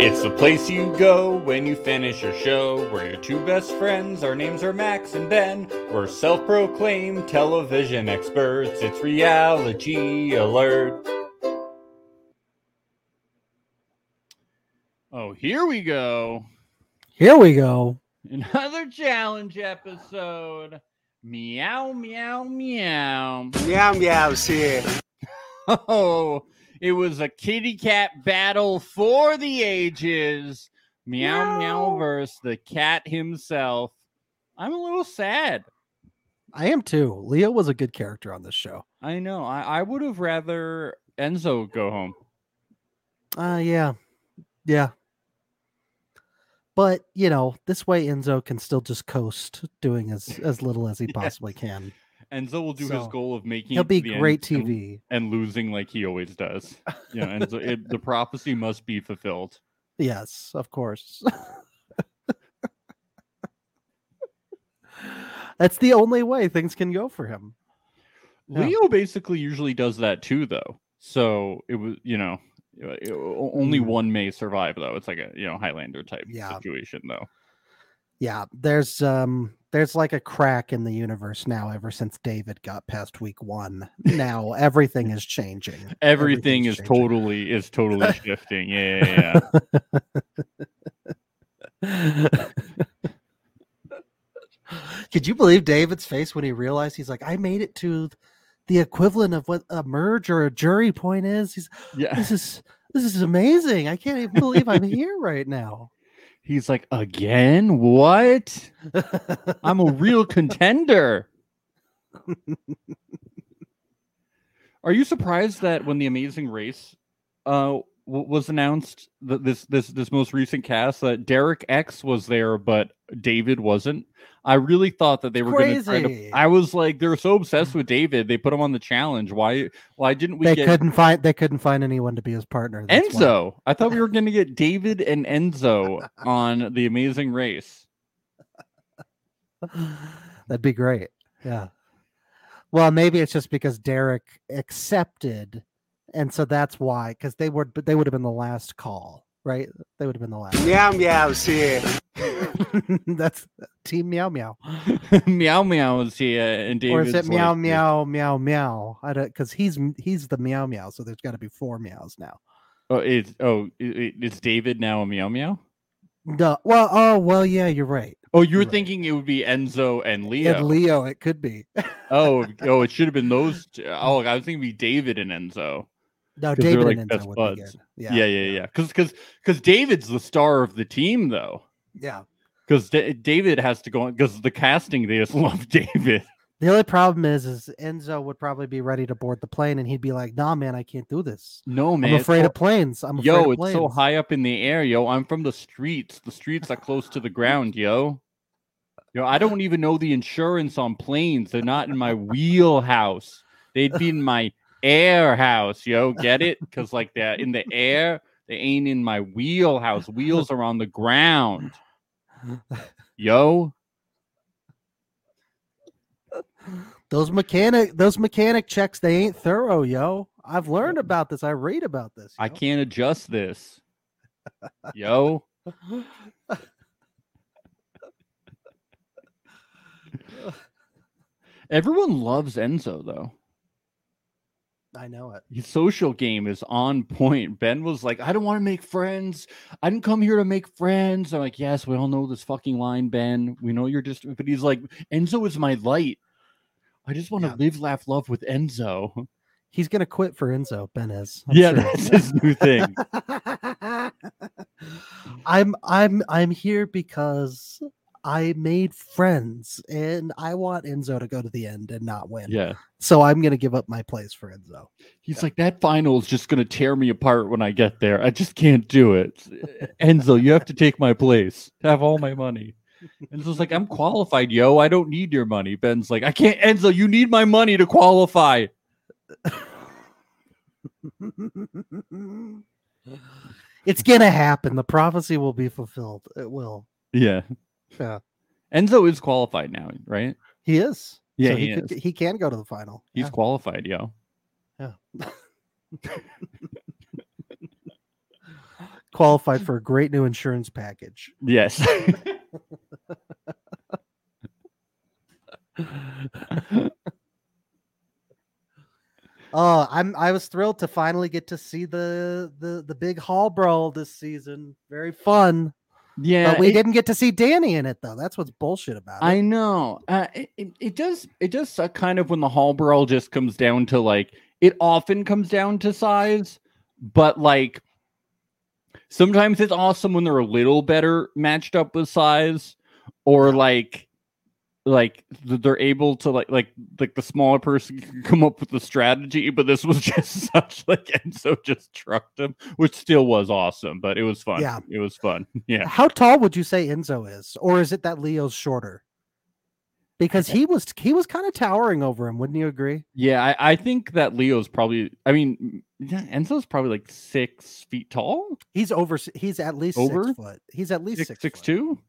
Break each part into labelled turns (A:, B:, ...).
A: It's the place you go when you finish your show. We're your two best friends. Our names are Max and Ben. We're self proclaimed television experts. It's reality alert.
B: Oh, here we go.
C: Here we go.
B: Another challenge episode. Meow, meow, meow.
D: Meow meows here.
B: Oh, it was a kitty cat battle for the ages. Meow, meow versus the cat himself. I'm a little sad.
C: I am too. Leo was a good character on this show.
B: I know. I, I would have rather Enzo go home.
C: Uh yeah. Yeah. But you know, this way Enzo can still just coast doing as as little as he
B: Yes.
C: possibly can.
B: Enzo will do his
C: So,
B: goal of making
C: He'll
B: it to
C: be
B: the end
C: great
B: and-
C: TV.
B: And, losing like he always does. You know, Enzo, it, the prophecy must be fulfilled.
C: Yes, of course. That's the only way things can go for him. Yeah.
B: Leo basically usually does that too, though. So it was, you know, uh, it- o- only
C: Mm.
B: one may survive, though. It's like a you know Highlander type
C: Yeah.
B: situation, though.
C: Yeah, there's um there's like a crack in the universe now ever since David got past week 1. Now everything is changing.
B: Everything is
C: Everything's changing.
B: totally is totally shifting. Yeah, yeah, yeah.
C: Could you believe David's face when he realized he's like, I made it to th- the equivalent of what a merge or a jury point is? He's
B: yeah.
C: this is this is amazing. I can't even believe I'm here right now.
B: He's like, again, what? I'm a real contender. Are you surprised that when the Amazing Race uh, w- was announced, th- this this this most recent cast, that Derek X was there, but David wasn't? I really thought that they were going to try to.
C: Crazy.
B: I was like, they're so obsessed with David, they put him on the challenge. Why? Why didn't we
C: they
B: get
C: couldn't find they couldn't find anyone to be his partner. That's why.
B: Enzo? I thought we were going to get David and Enzo on the Amazing Race.
C: That'd be great. Yeah. Well, maybe it's just because Derek accepted, and so that's why. Because they would, but they would have been the last call, right? They would have been the last.
D: Meow meows here.
C: that's uh, Team Meow Meow,
B: meow meow is here, and David.
C: or is it Meow Meow Meow Meow? I don't because he's m- he's the Meow Meow, so there's got to be four meows now.
B: Oh, it's oh, i- i- it's David now a meow meow.
C: No, well, oh well, yeah, you're right.
B: Oh, you were
C: Right.
B: thinking it would be Enzo and
C: Yeah.
B: Leo.
C: And Leo, it could be.
B: oh, oh, it should have been those. Two. Oh, I was thinking it'd be David and Enzo.
C: No,
B: 'Cause they're
C: David
B: like
C: and
B: best
C: Enzo would be
B: buds.
C: good.
B: Yeah, yeah, yeah. Because because because David's the star of the team though.
C: yeah.
B: Because D- David has to go on. Because the casting they just love David.
C: The only problem is, is Enzo would probably be ready to board the plane, and he'd be like, "Nah, man, I can't do this.
B: No man,
C: I'm
B: it's
C: afraid
B: so-
C: of planes. I'm afraid
B: yo,
C: of
B: it's
C: planes."
B: so high up in the air, yo. I'm from the streets. The streets are close to the ground, yo. Yo, I don't even know the insurance on planes. They're not in my wheelhouse. They'd be in my air house, yo. Get it? Because like they're in the air, they ain't in my wheelhouse. Wheels are on the ground, yo.
C: Those mechanic, those mechanic checks, they ain't thorough, yo. I've learned about this. I read about this.
B: I
C: yo.
B: can't adjust this, yo. Everyone loves Enzo though.
C: I know it.
B: His social game is on point. Ben was like, I don't want to make friends. I didn't come here to make friends. I'm like, yes, we all know this fucking line, Ben. We know you're just, but he's like, Enzo is my light. I just want to
C: Yeah.
B: live, laugh, love with Enzo.
C: He's gonna quit for Enzo. Ben is. I'm
B: yeah,
C: sure.
B: that's his new thing.
C: I'm I'm I'm here because I made friends, and I want Enzo to go to the end and not win.
B: Yeah.
C: So I'm gonna give up my place for Enzo.
B: He's like, that final is just going to tear me apart when I get there. I just can't do it. Enzo, you have to take my place, have all my money. Enzo's like, I'm qualified, yo. I don't need your money. Ben's like, I can't, Enzo, you need my money to qualify.
C: it's gonna happen. The prophecy will be fulfilled. It will.
B: Yeah.
C: Yeah.
B: Enzo is qualified now, right?
C: He is.
B: Yeah,
C: So
B: he,
C: he, could,
B: is.
C: he can go to the final.
B: He's
C: Yeah.
B: qualified, yo.
C: qualified for a great new insurance package.
B: Yes.
C: Oh, I'm I was thrilled to finally get to see the the the big hall brawl this season. Very fun.
B: yeah.
C: but we
B: it-
C: didn't get to see Danny in it though. That's what's bullshit about it.
B: I know. Uh, it, it, it does. It does suck kind of when the hall brawl just comes down to like it often comes down to size, but like sometimes it's awesome when they're a little better matched up with size, or like like th- they're able to like like like the smaller person can come up with the strategy. But this was just such like and so just trucked them, which still was awesome. But it was fun.
C: Yeah.
B: it was fun. Yeah.
C: How tall would you say Enzo is, or is it that Leo's shorter? Because he was he was kind of towering over him. Wouldn't you agree?
B: Yeah, I, I think that Leo's probably. I mean, yeah, Enzo's probably like six feet tall,
C: He's over. s- He's at least
B: Over?
C: six foot. He's at least
B: six
C: six,
B: six two,
C: foot.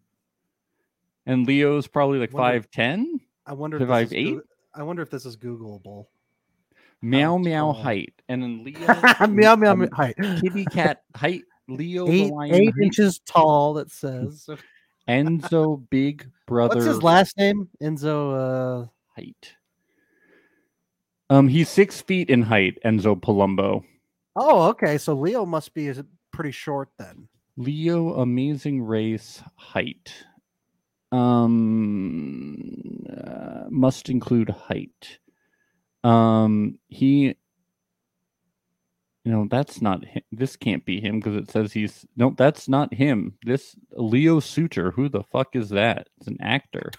B: and Leo's probably like
C: Wonder-
B: five ten.
C: I wonder if
B: Five
C: this is Goo-
B: eight?
C: I wonder if this is Googleable.
B: Meow meow
C: tall.
B: height, and then Leo
C: meow meow meow.
B: um,
C: Height.
B: kitty cat height. Leo the
C: Eight,
B: lion,
C: eight
B: height,
C: inches tall. That says.
B: Enzo big brother.
C: What's his last name? Enzo. Uh,
B: height? Um, he's six feet in height. Enzo Palumbo.
C: oh, okay. So Leo must be is- pretty short then.
B: Leo Amazing Race height. Um uh, must include height. Um he you know that's not him. this can't be him because it says he's no that's not him. This Leo Suter, who the fuck is that? It's an actor.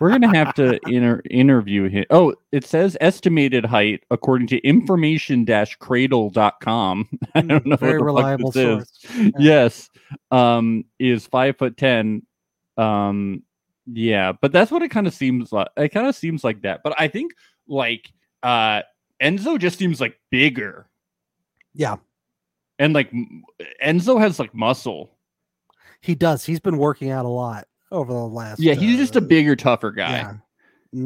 B: We're going to have to inter- interview him. Oh, it says estimated height according to information-cradle.com. I don't
C: Hmm,
B: know what
C: Very
B: the fuck
C: reliable
B: this is
C: source.
B: yes um is five foot ten um yeah but that's what it kind of seems like it kind of seems like that but i think like uh enzo just seems like bigger
C: Yeah.
B: and like m- enzo has like muscle
C: He does. He's been working out a lot over the last.
B: yeah he's just a
C: uh,
B: bigger tougher guy
C: Yeah.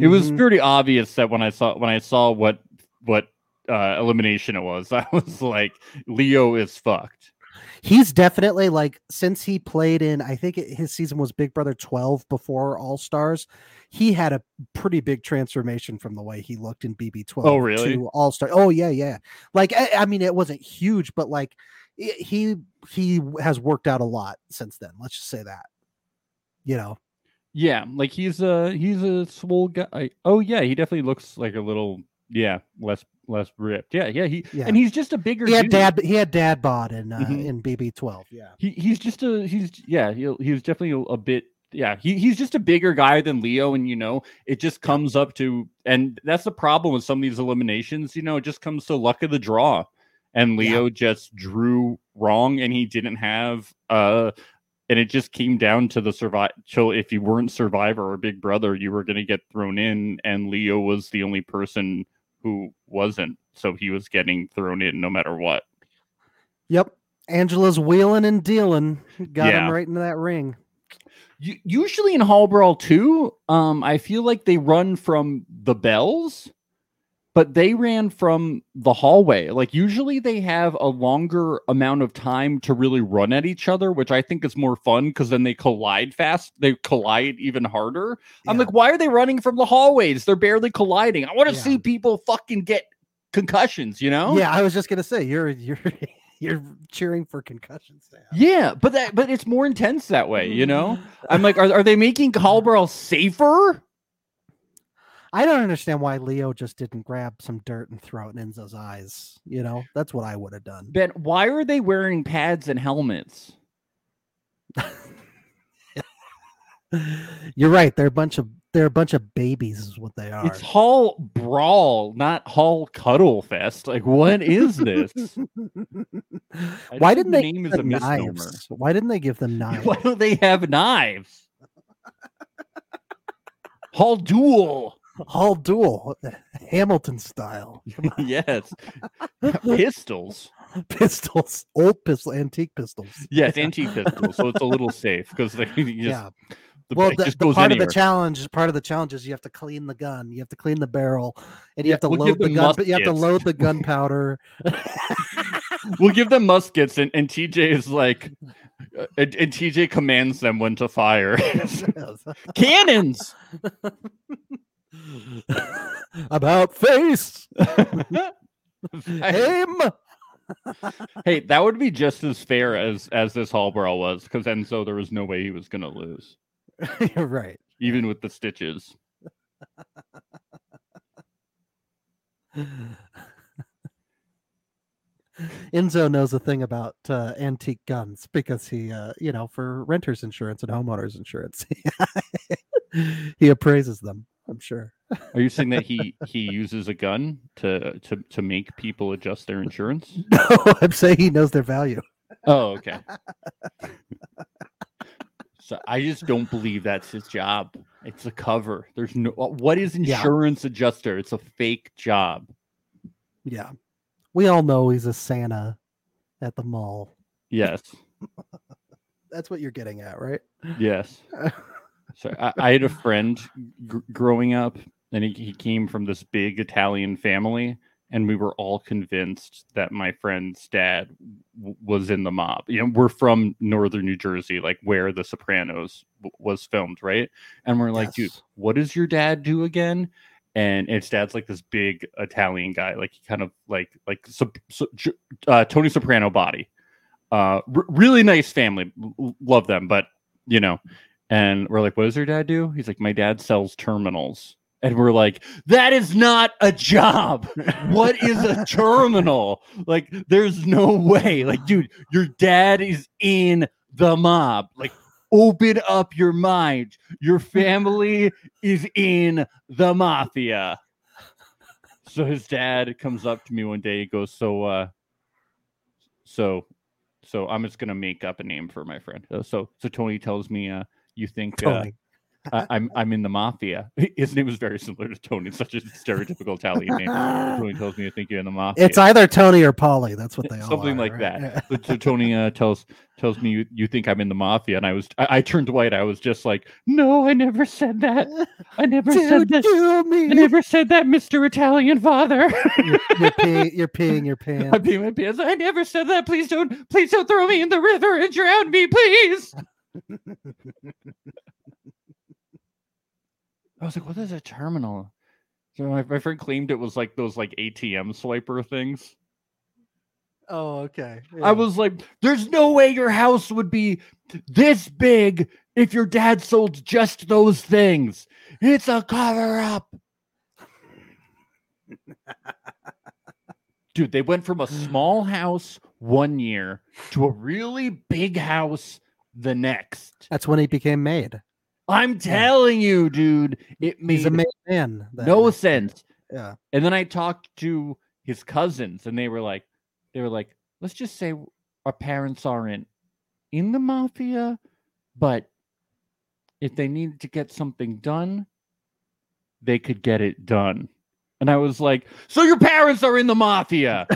B: it was
C: Mhm.
B: pretty obvious that when i saw when i saw what what uh elimination it was i was like leo is fucked
C: He's definitely like since he played in. I think it, his season was Big Brother 12 before All Stars. He had a pretty big transformation from the way he looked in BB 12.
B: Oh, really?
C: To All Star. Oh yeah, yeah. Like I, I mean, it wasn't huge, but like i he he has worked out a lot since then. Let's just say that. You know.
B: Yeah, like he's a he's a swole guy. Oh yeah, he definitely looks like a little yeah less less ripped. Yeah, yeah. He
C: Yeah.
B: and he's just a bigger.
C: He had
B: dude.
C: dad. He had dad bod in uh,
B: Mhm.
C: in BB twelve. Yeah.
B: He, he's just a he's yeah he he's definitely a, a bit yeah he, he's just a bigger guy than Leo and you know it just comes up to and that's the problem with some of these eliminations you know it just comes to luck of the draw and
C: Yeah.
B: Leo just drew wrong and he didn't have uh and it just came down to the survive so if you weren't survivor or big brother you were going to get thrown in and Leo was the only person who wasn't so he was getting thrown in no matter what
C: Yep. Angela's wheeling and dealing. Got
B: Yeah.
C: him right into that ring.
B: U- usually in Hall Brawl 2, um, I feel like they run from the bells, but they ran from the hallway. Like usually they have a longer amount of time to really run at each other, which I think is more fun because then they collide fast. They collide even harder. I'm
C: Yeah.
B: like, why are they running from the hallways? They're barely colliding. I want to
C: Yeah.
B: see people fucking get concussions, you know?
C: Yeah, I was just gonna say you're you're you're cheering for concussion Sam.
B: Yeah, but that but it's more intense that way, you
C: Mm-hmm.
B: know? I'm like, are, are they making Hall Brawl safer?
C: I don't understand why Leo just didn't grab some dirt and throw it in Enzo's eyes. You know, that's what I would have done.
B: Ben, why are they wearing pads and helmets?
C: You're right. They're a bunch of they're a bunch of babies, is what they are.
B: It's Hall Brawl, not Hall Cuddle Fest. Like, what is this? I
C: Why
B: think
C: didn't
B: the
C: they
B: name
C: give
B: is a
C: them
B: misnomer.
C: knives? Why didn't they give them knives?
B: Why don't they have knives? Hall Duel.
C: Hall duel, Hamilton style.
B: yes. pistols.
C: pistols, old pistol, antique pistols.
B: Yes, antique pistols. So it's a little safe because they you just,
C: yeah.
B: the,
C: well,
B: it
C: the,
B: just
C: the
B: goes
C: part
B: anywhere.
C: of the challenge, part of the challenge is you have to clean the gun, you have to clean the barrel, and you
B: Yeah,
C: have to
B: we'll give
C: load the
B: them
C: gun. But you have to
B: muskets.
C: load the gunpowder.
B: we'll give them muskets, and, and TJ is like, uh, and, and TJ commands them when to fire. Cannons.
C: About face, aim.
B: hey, that would be just as fair as as this hall brawl was, because Enzo, there was no way he was gonna lose,
C: You're right.
B: even with the stitches.
C: Enzo knows a thing about uh, antique guns because he, uh, you know, for renters insurance and homeowners insurance, he appraises them. I'm sure.
B: Are you saying that he he uses a gun to to to make people adjust their insurance?
C: No, I'm saying he knows their value.
B: Oh, okay. so I just don't believe that's his job. It's a cover. There's no what is
C: Yeah.
B: insurance adjuster? It's a fake job.
C: Yeah, we all know he's a Santa at the mall.
B: Yes.
C: That's what you're getting at, right?
B: Yes. So I, I had a friend gr- growing up, and he, he came from this big Italian family, and we were all convinced that my friend's dad w- was in the mob. You know, we're from northern New Jersey, like where The Sopranos w- was filmed, right? And we're like, dude,
C: Yes.
B: what does your dad do again? And its dad's like this big Italian guy, like he kind of like like sup- su- ju- uh, Tony Soprano body. Uh, r- really nice family, l- l- love them, but you know. And we're like, what does your dad do? He's like, my dad sells terminals. And we're like, that is not a job. What is a terminal? Like, there's no way. Like, dude, your dad is in the mob. Like, open up your mind. Your family is in the mafia. So his dad comes up to me one day. He goes, so, uh, so, so I'm just gonna make up a name for my friend. Uh, So, so Tony tells me, uh, you think uh,
C: Totally.
B: I, I'm I'm in the mafia. His name was very similar to Tony, such a stereotypical Italian name. Tony tells me, I think you're in the mafia.
C: Uh, It's either Tony or Polly. That's what they all
B: something
C: are,
B: like
C: right? Yeah.
B: that. So, so Tony uh, tells tells me you, you think I'm in the mafia, and I was I, I turned white. I was just like, no, I never said that. I never said
C: Dude,
B: that.
C: you
B: I
C: mean
B: never said that, Mister Italian Father.
C: you're, you're, pee- you're peeing your
B: I
C: pants.
B: pee my pants. I never said that. Please don't. Please don't throw me in the river and drown me, please. I was like, what is a terminal? So my, my friend claimed it was like those like ATM swiper things.
C: Oh, okay.
B: I
C: yeah.
B: was like, there's no way your house would be this big if your dad sold just those things. It's a cover up. Dude, they went from a small house one year to a really big house the next.
C: That's when he became made.
B: I'm telling you, dude, it
C: He's
B: made
C: a made man. then.
B: no sense.
C: Yeah.
B: And then I talked to his cousins, and they were like, they were like, let's just say our parents aren't in the mafia, but if they needed to get something done, they could get it done. And I was like, so your parents are in the mafia.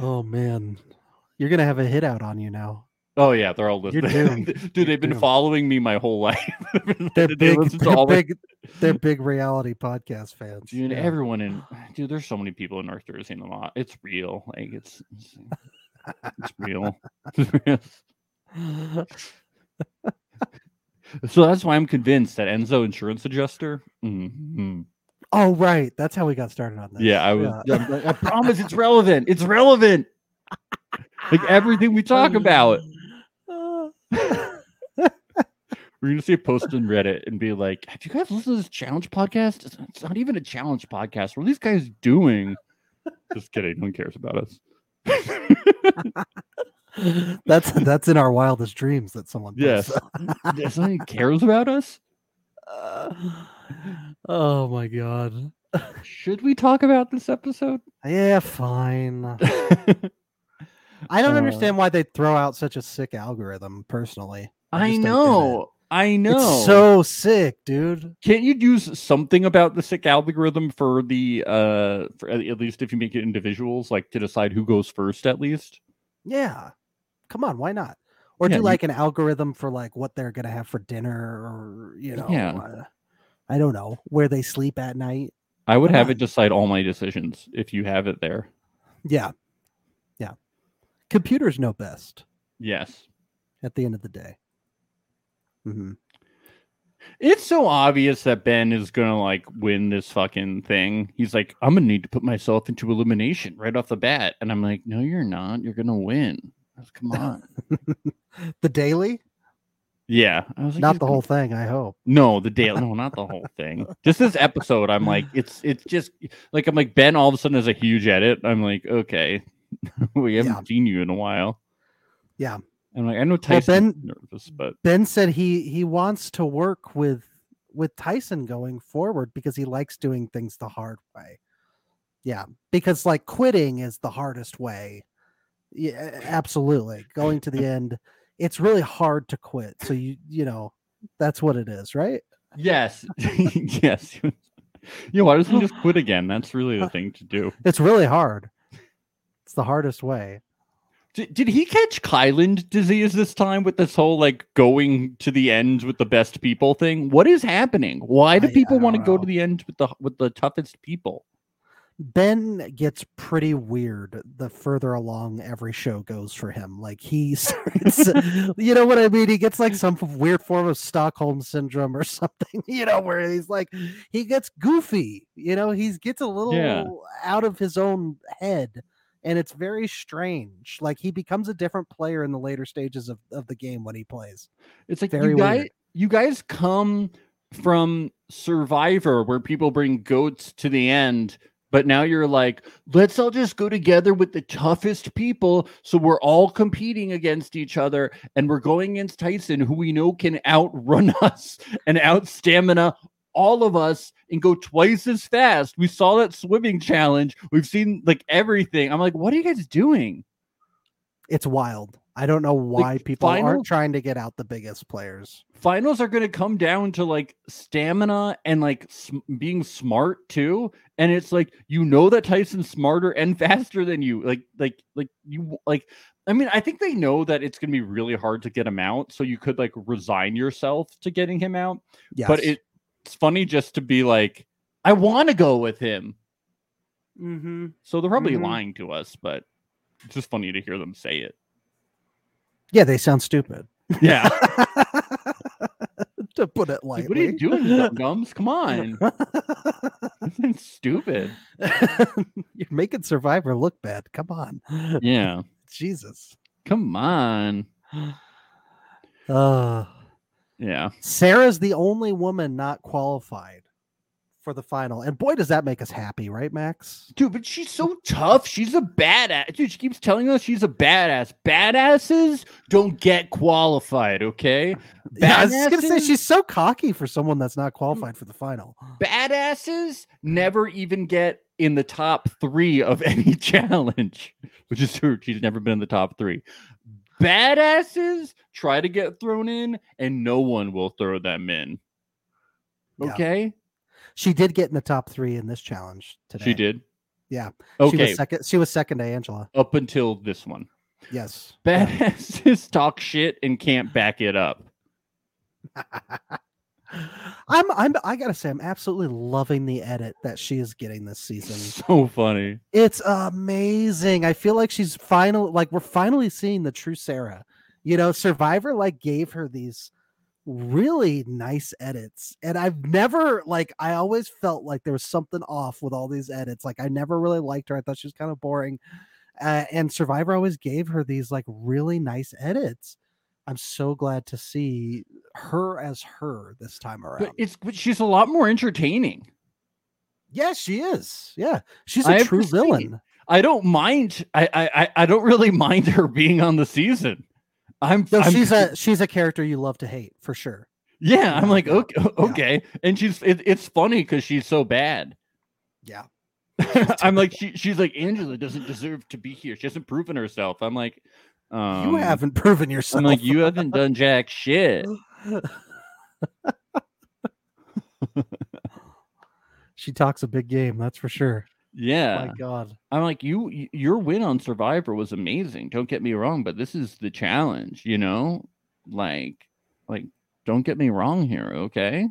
C: oh man, you're gonna have a hit out on you now.
B: oh yeah, they're all
C: You're
B: listening.
C: doomed.
B: Dude,
C: You're
B: they've been
C: doomed.
B: following me my whole life.
C: They're
B: They
C: big.
B: listen to
C: They're
B: all my-
C: big, they're big reality podcast fans.
B: Dude,
C: yeah.
B: everyone in dude, there's so many people in North Jersey in the lot. It's real. Like it's it's, it's real. so that's why I'm convinced that Enzo insurance adjuster. mhm.
C: oh right, that's how we got started on this.
B: Yeah, I was I'm like, I promise it's relevant. It's relevant. Like everything we talk
C: Mm.
B: about.
C: Uh,
B: We're gonna see a post on Reddit and be like, have you guys listened to this challenge podcast? It's- It's not even a challenge podcast. What are these guys doing? Just kidding. No one cares about us.
C: that's that's in our wildest dreams that someone.
B: Yes.
C: posts.
B: Does anyone cares about us?
C: Uh, oh my god.
B: Should we talk about this episode?
C: Yeah, fine. I don't
B: Uh,
C: understand why they throw out such a sick algorithm. Personally, I
B: I
C: just don't get it.
B: know. I know.
C: it's so sick, dude.
B: can't you use something about the sick algorithm for the uh for at at least if you make it individuals like to decide who goes first at least?
C: Yeah. Come on, why not? or
B: Yeah,
C: do
B: you-
C: like an algorithm for like what they're gonna have for dinner or you know
B: Yeah.
C: uh, i don't know where they sleep at night
B: I would
C: Come
B: have
C: on.
B: it decide all my decisions if you have it there.
C: yeah yeah computers know best
B: Yes.
C: at the end of the day hmm
B: It's so obvious that Ben is gonna like win this fucking thing. He's like, I'm gonna need to put myself into elimination right off the bat. And I'm like, No, you're not. You're gonna win. I was, Come on.
C: the daily
B: yeah. I was like,
C: not
B: "You're
C: the
B: com-
C: whole thing i hope
B: No, the day. No, not the whole thing. Just this episode. I'm like, it's it's just like I'm like Ben. All of a sudden, is a huge edit. I'm like, okay, we haven't
C: Yeah.
B: seen you in a while.
C: Yeah.
B: I'm like, I know Tyson's
C: Ben-
B: nervous, but
C: ben said he he wants to work with with tyson going forward because he likes doing things the hard way yeah because like quitting is the hardest way yeah absolutely going to the end it's really hard to quit so you you know that's what it is right
B: yes, yes. yeah, why doesn't he just quit again? That's really the thing to do.
C: it's really hard it's the hardest way
B: Did, did he catch Kyland disease this time with this whole like going to the end with the best people thing? What is happening? Why do
C: I- I
B: people
C: don't
B: want to go
C: know.
B: to the end with the with the toughest people?
C: Ben gets pretty weird the further along every show goes for him. Like he starts, you know what I mean? He gets like some f- weird form of Stockholm syndrome or something, you know, where he's like, he gets goofy, you know, he gets a little out of his own head. And it's very strange. Like he becomes a different player in the later stages of, of the game when he plays.
B: It's like
C: Very
B: you guys,
C: weird.
B: you guys come from Survivor where people bring goats to the end, but now you're like, let's all just go together with the toughest people. So we're all competing against each other and we're going against Tyson, who we know can outrun us and out stamina all of us and go twice as fast. We saw that swimming challenge. We've seen like everything. I'm like, what are you guys doing?
C: It's wild. I don't know why people
B: final-
C: aren't trying to get out the biggest players.
B: finals are going to come down to like stamina and like sm- being smart too and it's like you know that tyson's smarter and faster than you like like like you like i mean i think they know that it's going to be really hard to get him out so you could like resign yourself to getting him out
C: Yes.
B: but it, it's funny just to be like i want to go with him
C: mm-hmm.
B: so they're probably
C: Mhm.
B: lying to us but it's just funny to hear them say it
C: Yeah, they sound stupid.
B: yeah
C: to put it lightly.
B: like, what are you doing dumb gums come on it's stupid
C: You're making Survivor look bad. Come on.
B: yeah
C: Jesus.
B: Come on.
C: Uh,
B: Yeah.
C: Sarah's the only woman not qualified for the final. And boy, does that make us happy, right, Max?
B: Dude, but she's so tough. She's a badass. Dude, she keeps telling us she's a badass. Badasses don't get qualified, okay?
C: I was just gonna say
B: Badasses-
C: she's so cocky for someone that's not qualified for the final.
B: Badasses never even get in the top three of any challenge, which is true. She's never been in the top three. Badasses try to get thrown in, and no one will throw them in.
C: Yeah.
B: Okay?
C: She did get in the top three in this challenge today.
B: She did.
C: Yeah. She
B: Okay.
C: was second. She was second to Angela.
B: Up until this one.
C: Yes. Yeah.
B: badasses talk shit and can't back it up.
C: I'm I'm I gotta say I'm absolutely loving the edit that she is getting this season.
B: So funny.
C: It's amazing. I feel like she's final like we're finally seeing the true Sarah. You know, Survivor like gave her these really nice edits. And I've never like I always felt like there was something off with all these edits. Like I never really liked her. I thought she was kind of boring. Uh, and Survivor always gave her these like really nice edits. I'm so glad to see her as her this time around.
B: But it's but she's a lot more entertaining.
C: Yes, she is. Yeah, she's
B: I
C: a
B: have
C: true
B: to say,
C: villain.
B: I don't mind. I I I- I don't really mind her being on the season. I'm,
C: No,
B: I'm-
C: she's a she's a character you love to hate for sure.
B: yeah. I'm like okay,
C: yeah.
B: okay. and she's it, it's funny because she's so bad.
C: Yeah,
B: I'm like she she's like Angela doesn't deserve to be here. She hasn't proven herself. I'm like um,
C: you haven't proven
B: I'm
C: yourself.
B: like you haven't done jack shit.
C: she talks a big game, that's for sure.
B: Yeah.
C: My God.
B: I'm like you y- your win on Survivor was amazing. Don't get me wrong, but this is the challenge, you know? Like like don't get me wrong here, okay?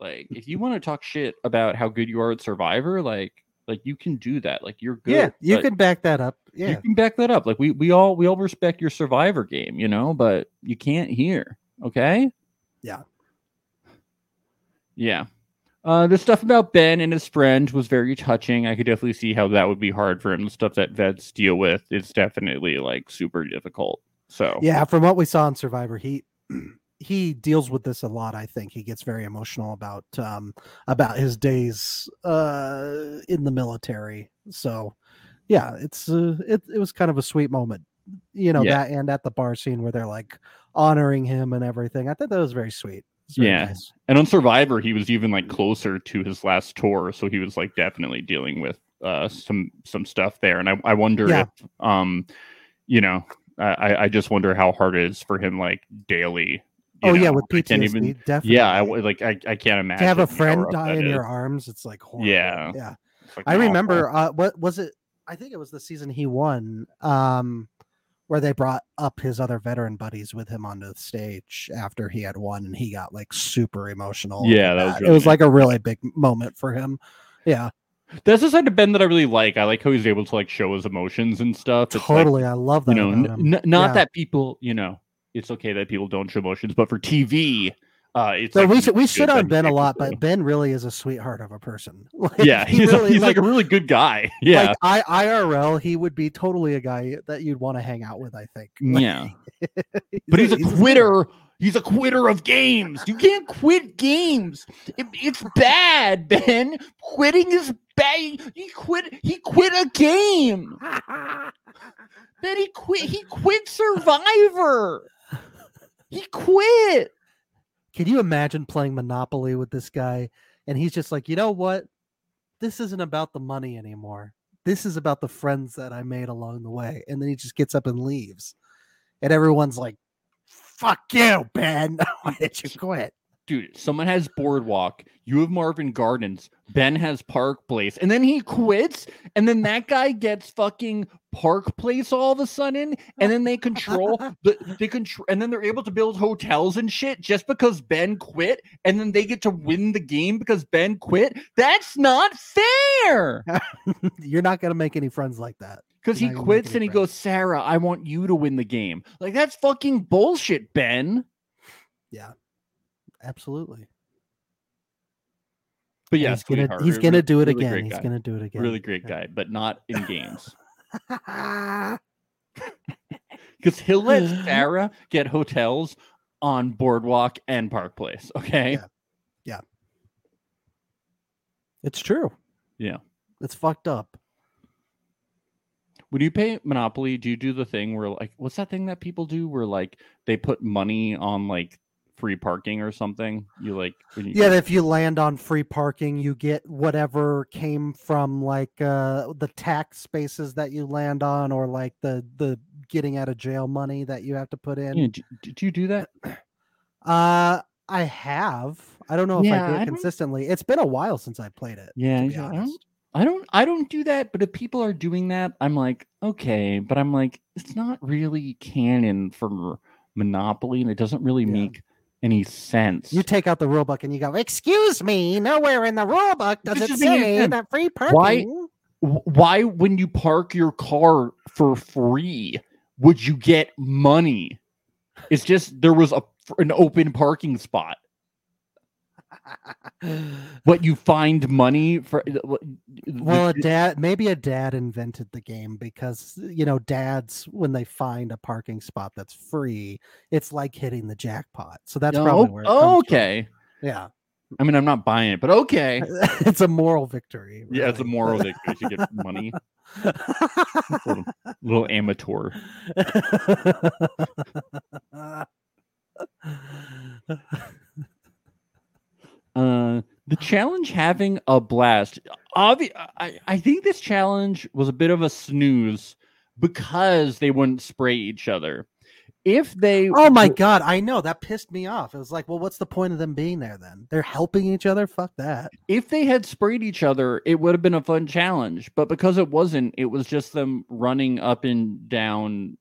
B: Like if you want to talk shit about how good you are at Survivor, like like you can do that. Like you're good.
C: yeah, you
B: but
C: can back that up. Yeah.
B: you can back that up. Like we we all we all respect your Survivor game, you know, but you can't here, okay?
C: Yeah.
B: Yeah. Uh, the stuff about Ben and his friend was very touching. I could definitely see how that would be hard for him. The stuff that vets deal with is definitely like super difficult. So
C: Yeah, from what we saw in Survivor, he he deals with this a lot. I think he gets very emotional about um about his days uh in the military. So, yeah, it's uh, it it was kind of a sweet moment, you know
B: Yeah.
C: that and at the bar scene where they're like honoring him and everything. I thought that was very sweet. It's very
B: Yeah.
C: nice.
B: and on Survivor, he was even like closer to his last tour, so he was like definitely dealing with uh some some stuff there. And I I wonder
C: Yeah.
B: if um you know I I- I just wonder how hard it is for him like daily. you
C: Oh yeah,
B: know,
C: with
B: I
C: PTSD,
B: can't even.
C: definitely.
B: Yeah, I w- like I, I can't imagine
C: to have
B: how
C: a friend
B: rough
C: die
B: that
C: in your
B: is.
C: arms, it's like horrible.
B: Yeah.
C: yeah.
B: Fucking
C: I
B: awful.
C: remember uh what was it I think it was the season he won um where they brought up his other veteran buddies with him onto the stage after he had won and he got like super emotional.
B: Yeah,
C: over
B: that was
C: it
B: really
C: was like a really big moment for him. Yeah,
B: That's the side of Ben that I really like. I like how he's able to like show his emotions and stuff. It's like,
C: totally. I love that.
B: you know, n-
C: about him.
B: n- not
C: Yeah.
B: that people, you know, it's okay that people don't show emotions, but for TV, uh, it's
C: so
B: like
C: we should we
B: good
C: shit
B: that
C: on
B: he's
C: Ben a
B: able to-
C: lot, but Ben really is a sweetheart of a person. Like,
B: yeah,
C: he
B: he's,
C: really-
B: he's like, a really good guy. Yeah,
C: like, I IRL, he would be totally a guy that you'd want to hang out with. I think. Like,
B: yeah, but he's a
C: sweetheart.
B: quitter. He's a quitter of games. You can't quit games. It- it's bad, Ben. Quitting is bad. He quit. He quit a game. Ben, he quit. He quit Survivor. He quit.
C: Can you imagine playing Monopoly with this guy? And he's just like, you know what? This isn't about the money anymore. This is about the friends that I made along the way. And then he just gets up and leaves. And everyone's like, fuck you, Ben. Why did you quit?
B: dude, someone has Boardwalk, you have Marvin Gardens, Ben has Park Place, and then he quits, and then that guy gets fucking Park Place all of a sudden, and then they control the they control, and then they're able to build hotels and shit just because Ben quit, and then they get to win the game because Ben quit. That's not fair.
C: You're not going to make any friends like that.
B: Because he
C: Now you make
B: quits
C: any
B: and he goes,
C: friends.
B: Sarah, I want you to win the game. Like that's fucking bullshit, Ben.
C: Absolutely.
B: But
C: And
B: yeah,
C: he's going
B: sweetheart,
C: to he's
B: re-
C: gonna
B: re-
C: do it
B: really
C: again.
B: great
C: He's
B: guy.
C: going to do it again.
B: Really great guy, but not in games.
C: guy.
B: because he'll let Sarah get hotels on Boardwalk and Park Place. Okay,
C: Yeah. it's true.
B: Yeah.
C: It's fucked up.
B: when you pay Monopoly, do you do the thing where like what's that thing that people do where like they put money on like free parking or something? You like when you
C: Yeah, if you land on free parking, you get whatever came from like uh the tax spaces that you land on or like the the getting out of jail money that you have to put in.
B: Yeah, do, do- do you do that?
C: Uh I have. I don't know if
B: Hmm. Yeah,
C: I do
B: I
C: it
B: don't-
C: consistely. It's been a while since I played it.
B: Yeah,
C: to
B: you
C: be
B: know, I
C: honest.
B: don't, I don't. I don't do that. But if people are doing that, I'm like, okay. But I'm like, it's not really canon for Monopoly, and it doesn't really
C: Yeah.
B: make any sense.
C: You take out the rule book and you go, "Excuse me, nowhere in the rule book does
B: This
C: it
B: is the
C: say
B: exam-
C: that free parking."
B: Why- wh- why when you park your car for free would you get money it's just there was a f- an open parking spot what you find money for uh, what-
C: Well, a dad, maybe a dad invented the game because you know dads when they find a parking spot that's free, it's like hitting the jackpot. So that's
B: Oh,
C: probably where. It comes
B: okay
C: From. Yeah,
B: i mean i'm not buying it but okay
C: it's a moral victory.
B: yeah it's a
C: really.
B: moral victory to get money little, little amateur Uh, the challenge having a blast. Obvi- I, I think this challenge was a bit of a snooze because they wouldn't spray each other. if they
C: Oh my
B: w-
C: god, I know that pissed me off. It was like, well, what's the point of them being there then? They're helping each other. Fuck that.
B: if they had sprayed each other, it would have been a fun challenge. But because it wasn't, it was just them running up and down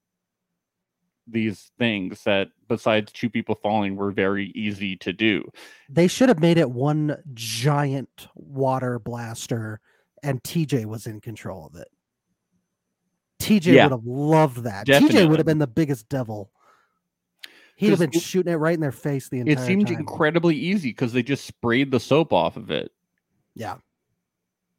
B: these things that, besides two people falling, were very easy to do.
C: They should have made it one giant water blaster, and TJ was in control of it. TJ
B: Yeah.
C: would have loved that. TJ would
B: Definitely.
C: have been the biggest devil. He'd have
B: 'Cause
C: been
B: it-
C: shooting it right in their face the entire
B: it
C: time.
B: seemed incredibly easy because they just sprayed the soap off of it.
C: Yeah.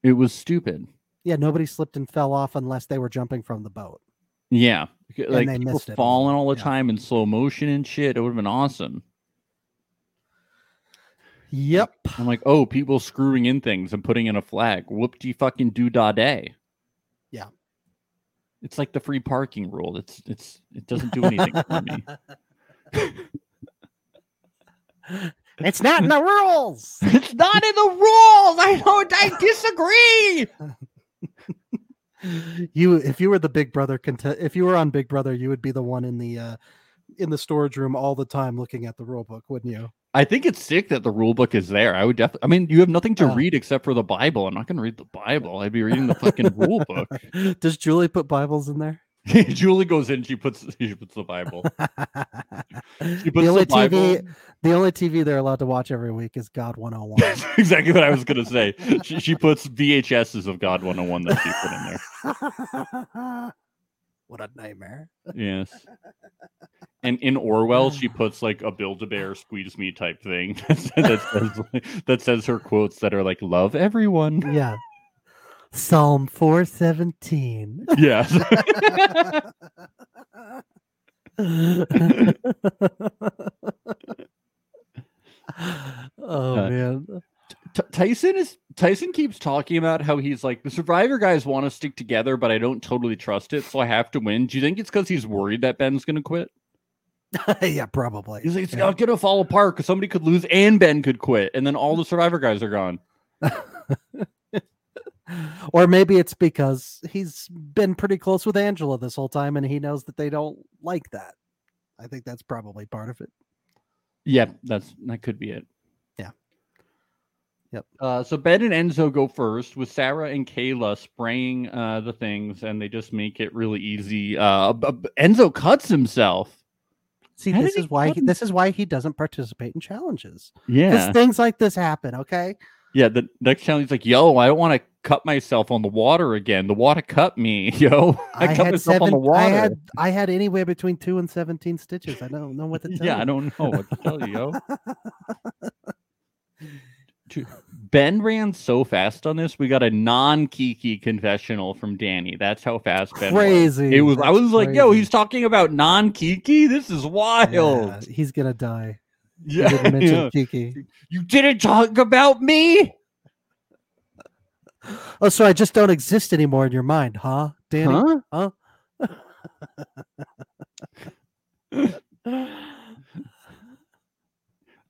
B: It was stupid.
C: Yeah, nobody slipped and fell off unless they were jumping from the boat.
B: Yeah. Like
C: they
B: people
C: missed it as
B: falling
C: well,
B: all the
C: yeah.
B: time in slow motion and shit. It would have been awesome.
C: Yep.
B: I'm like, oh, people screwing in things and putting in a flag. Whoop de fucking do da day.
C: Yeah.
B: It's like the free parking rule. It's it's it doesn't do anything for me.
C: It's not in the rules.
B: It's not in the rules. I don't I disagree.
C: you if you were the big brother cont- if you were on big brother you would be the one in the uh in the storage room all the time looking at the rule book wouldn't you
B: I think it's sick that the rule book is there. I would definitely I mean, you have nothing to
C: Oh.
B: read except for the Bible. I'm not gonna read the Bible. I'd be reading the fucking rule book.
C: does julie put bibles in there
B: Julie goes in, she puts she puts the Bible. She
C: the
B: puts
C: only
B: the Bible.
C: tv the only tv they're allowed to watch every week is god 101
B: That's exactly what I was gonna say. She, she puts VHSs of God 101 that she put in there.
C: what a nightmare
B: Yes. And in Orwell, she puts like a Build a Bear squeeze me type thing that says, that, says, that says her quotes that are like "love everyone."
C: yeah psalm 417
B: Yes.
C: oh
B: Uh,
C: man
B: T- Tyson is Tyson keeps talking about how he's like the Survivor guys want to stick together, but I don't totally trust it, so I have to win. Do you think it's because he's worried that Ben's gonna quit?
C: yeah probably
B: He's like, it's
C: Yeah.
B: gonna fall apart because somebody could lose and Ben could quit, and then all the Survivor guys are gone.
C: or maybe it's because he's been pretty close with Angela this whole time and he knows that they don't like that. I think that's probably part of it.
B: Yeah, that's that could be it.
C: Yeah. Yep.
B: Uh, so Ben and Enzo go first with Sarah and Kayla spraying uh, the things, and they just make it really easy. Uh, b- b- Enzo cuts himself.
C: See,
B: How
C: this
B: did he
C: is why
B: cut
C: he,
B: him?
C: this is why he doesn't participate in challenges. Because
B: Yeah,
C: things like this happen, okay?
B: yeah. The next challenge he's like, "Yo, I don't want to cut myself on the water again. The water cut me, yo. I, cut myself on the water."
C: I had I had anywhere between two and seventeen stitches. I don't know what to tell
B: yeah, I
C: you.
B: don't know what to tell you, yo. Dude, Ben ran so fast on this. We got a non-Kiki confessional from Danny. That's how fast Ben was.
C: Crazy.
B: It was. I
C: that's
B: was like, yo,
C: crazy.
B: he's talking about non Kiki. This is
C: Yeah,
B: wild.
C: he's gonna die.
B: Yeah,
C: He didn't mention
B: yeah.
C: Kiki.
B: You didn't talk about me.
C: Oh, so I just don't exist anymore in your mind, huh, Danny?
B: Huh?
C: Huh?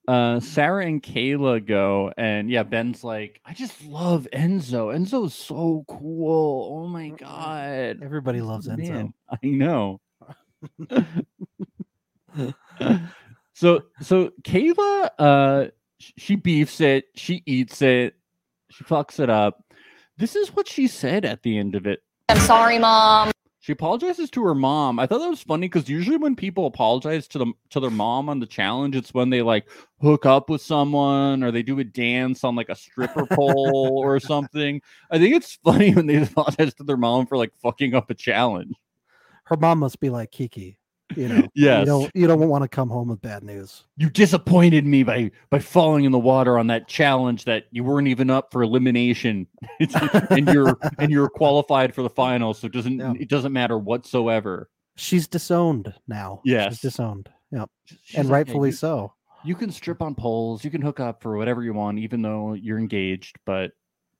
B: Uh, Sarah and Kayla go, and yeah, Ben's like, I just love Enzo. Enzo's so cool. Oh my god.
C: Everybody loves Enzo.
B: Man, I know. so so Kayla uh sh- she beefs it, she eats it, she fucks it up. This is what she said at the end of it.
E: I'm sorry, mom.
B: She apologizes to her mom. I thought that was funny because usually when people apologize to them to their mom on the challenge, it's when they like hook up with someone or they do a dance on like a stripper pole or something. I think it's funny when they apologize to their mom for like fucking up a challenge.
C: Her mom must be like Kiki. You know, you
B: Yes.
C: don't you don't want to come home with bad news.
B: you disappointed me by by falling in the water on that challenge that you weren't even up for elimination and you're and you're qualified for the final so it doesn't
C: Yeah.
B: it doesn't matter whatsoever
C: She's disowned now.
B: Yes.
C: she's disowned. Yep,
B: She's
C: and
B: like, "Yeah,
C: rightfully
B: you-
C: so.
B: you can strip on poles you can hook up for whatever you want even though you're engaged but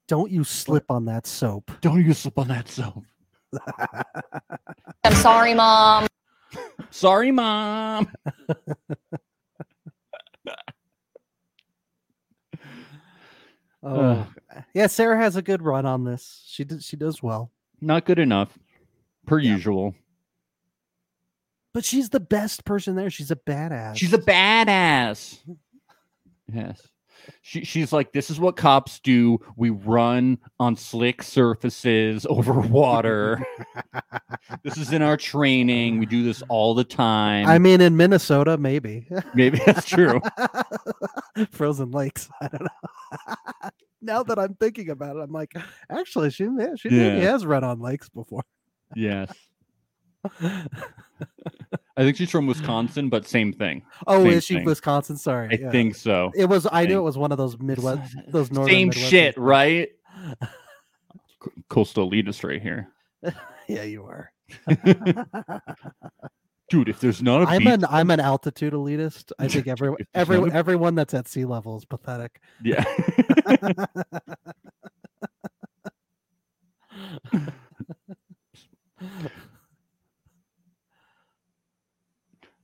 C: Don't you slip on that soap.
B: don't you slip on that soap
E: I'm sorry, mom.
B: sorry mom
C: Oh, yeah. Sarah has a good run on this. She did. She does well.
B: not good enough per
C: Yeah.
B: usual
C: But she's the best person there. She's a badass.
B: She's a badass. Yes. She, she's like, this is what cops do. We run on slick surfaces over water. this is in our training. We do this all the time.
C: I mean, in Minnesota, maybe
B: Maybe that's true.
C: frozen lakes. I don't know. now that I'm thinking about it, I'm like, actually, she yeah, she maybe
B: Yeah.
C: has run on lakes before. Oh,
B: yes. I think she's from Wisconsin, but same thing.
C: Oh,
B: Same
C: is she
B: thing.
C: Wisconsin? Sorry,
B: I
C: yeah.
B: think so.
C: it was. I knew
B: think-
C: it was one of those Midwest, those northern
B: same
C: Midwestern
B: shit,
C: states.
B: right? C- Coastal elitist right here.
C: Yeah, you are.
B: Dude, if there's not a
C: I'm
B: beach,
C: an I'm an altitude elitist. I think every
B: If there's
C: every
B: not a-
C: everyone that's at sea level is pathetic.
B: yeah.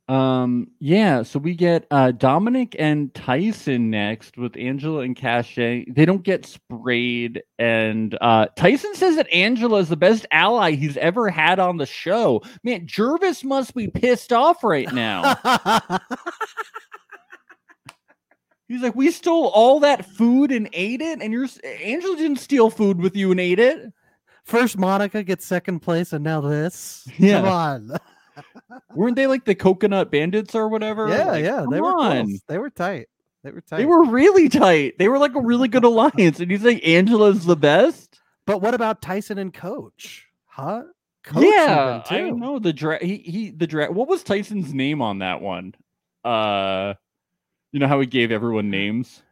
B: Um, yeah, so we get uh Dominic and Tyson next with Angela and Cachet. They don't get sprayed, and uh Tyson says that Angela is the best ally he's ever had on the show. Man, Jervis must be pissed off right now. he's like, We stole all that food and ate it, and you're s- Angela didn't steal food with you and ate it.
C: First Monica gets second place, and now this.
B: Yeah.
C: Come on.
B: Weren't they like the coconut bandits or whatever?
C: Yeah,
B: Like,
C: yeah. They
B: come
C: were
B: on.
C: close. They were tight. They were tight.
B: They were really tight. They were like a really good alliance. And you think Angela's the best?
C: But what about Tyson and Coach? Huh?
B: yeah,
C: even,
B: I
C: too.
B: know the dra- he he the dra- what was Tyson's name on that one? Uh you know how he gave everyone names?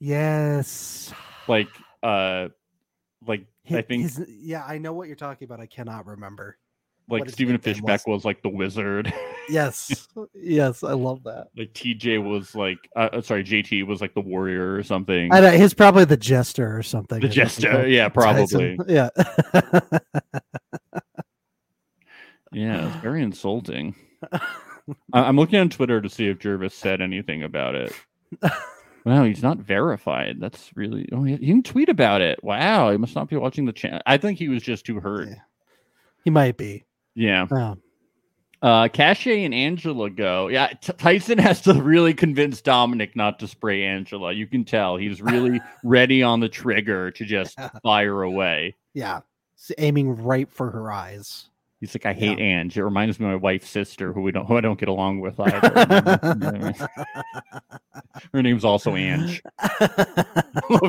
C: Yes.
B: Like uh like I
C: Hi-
B: think-
C: his- yeah, I know what you're talking about. I cannot remember.
B: like
C: his
B: Stephen
C: nickname
B: Fishback was. like the wizard.
C: Yes. yes, I love that.
B: like TJ was like uh, uh, sorry, JT was like the warrior or something.
C: I know, he's probably the jester or something.
B: the
C: I think they
B: jester, yeah,
C: call
B: probably.
C: Tyson. Yeah.
B: Yeah, it's very insulting. I- I'm looking on Twitter to see if Jervis said anything about it. Wow, he's not verified. That's really. Oh, he he didn't tweet about it. Wow, he must not be watching the channel. I think he was just too hurt.
C: Yeah. he might be.
B: Yeah.
C: Oh,
B: Uh, Cachet and Angela go. Yeah, T- Tyson has to really convince Dominic not to spray Angela. You can tell he's really ready on the trigger to just fire away.
C: yeah. S- aiming right for her eyes.
B: He's like, I
C: Yeah.
B: hate Ange. It reminds me of my wife's sister, who we don't, who I don't get along with either. her name's also Ange. Love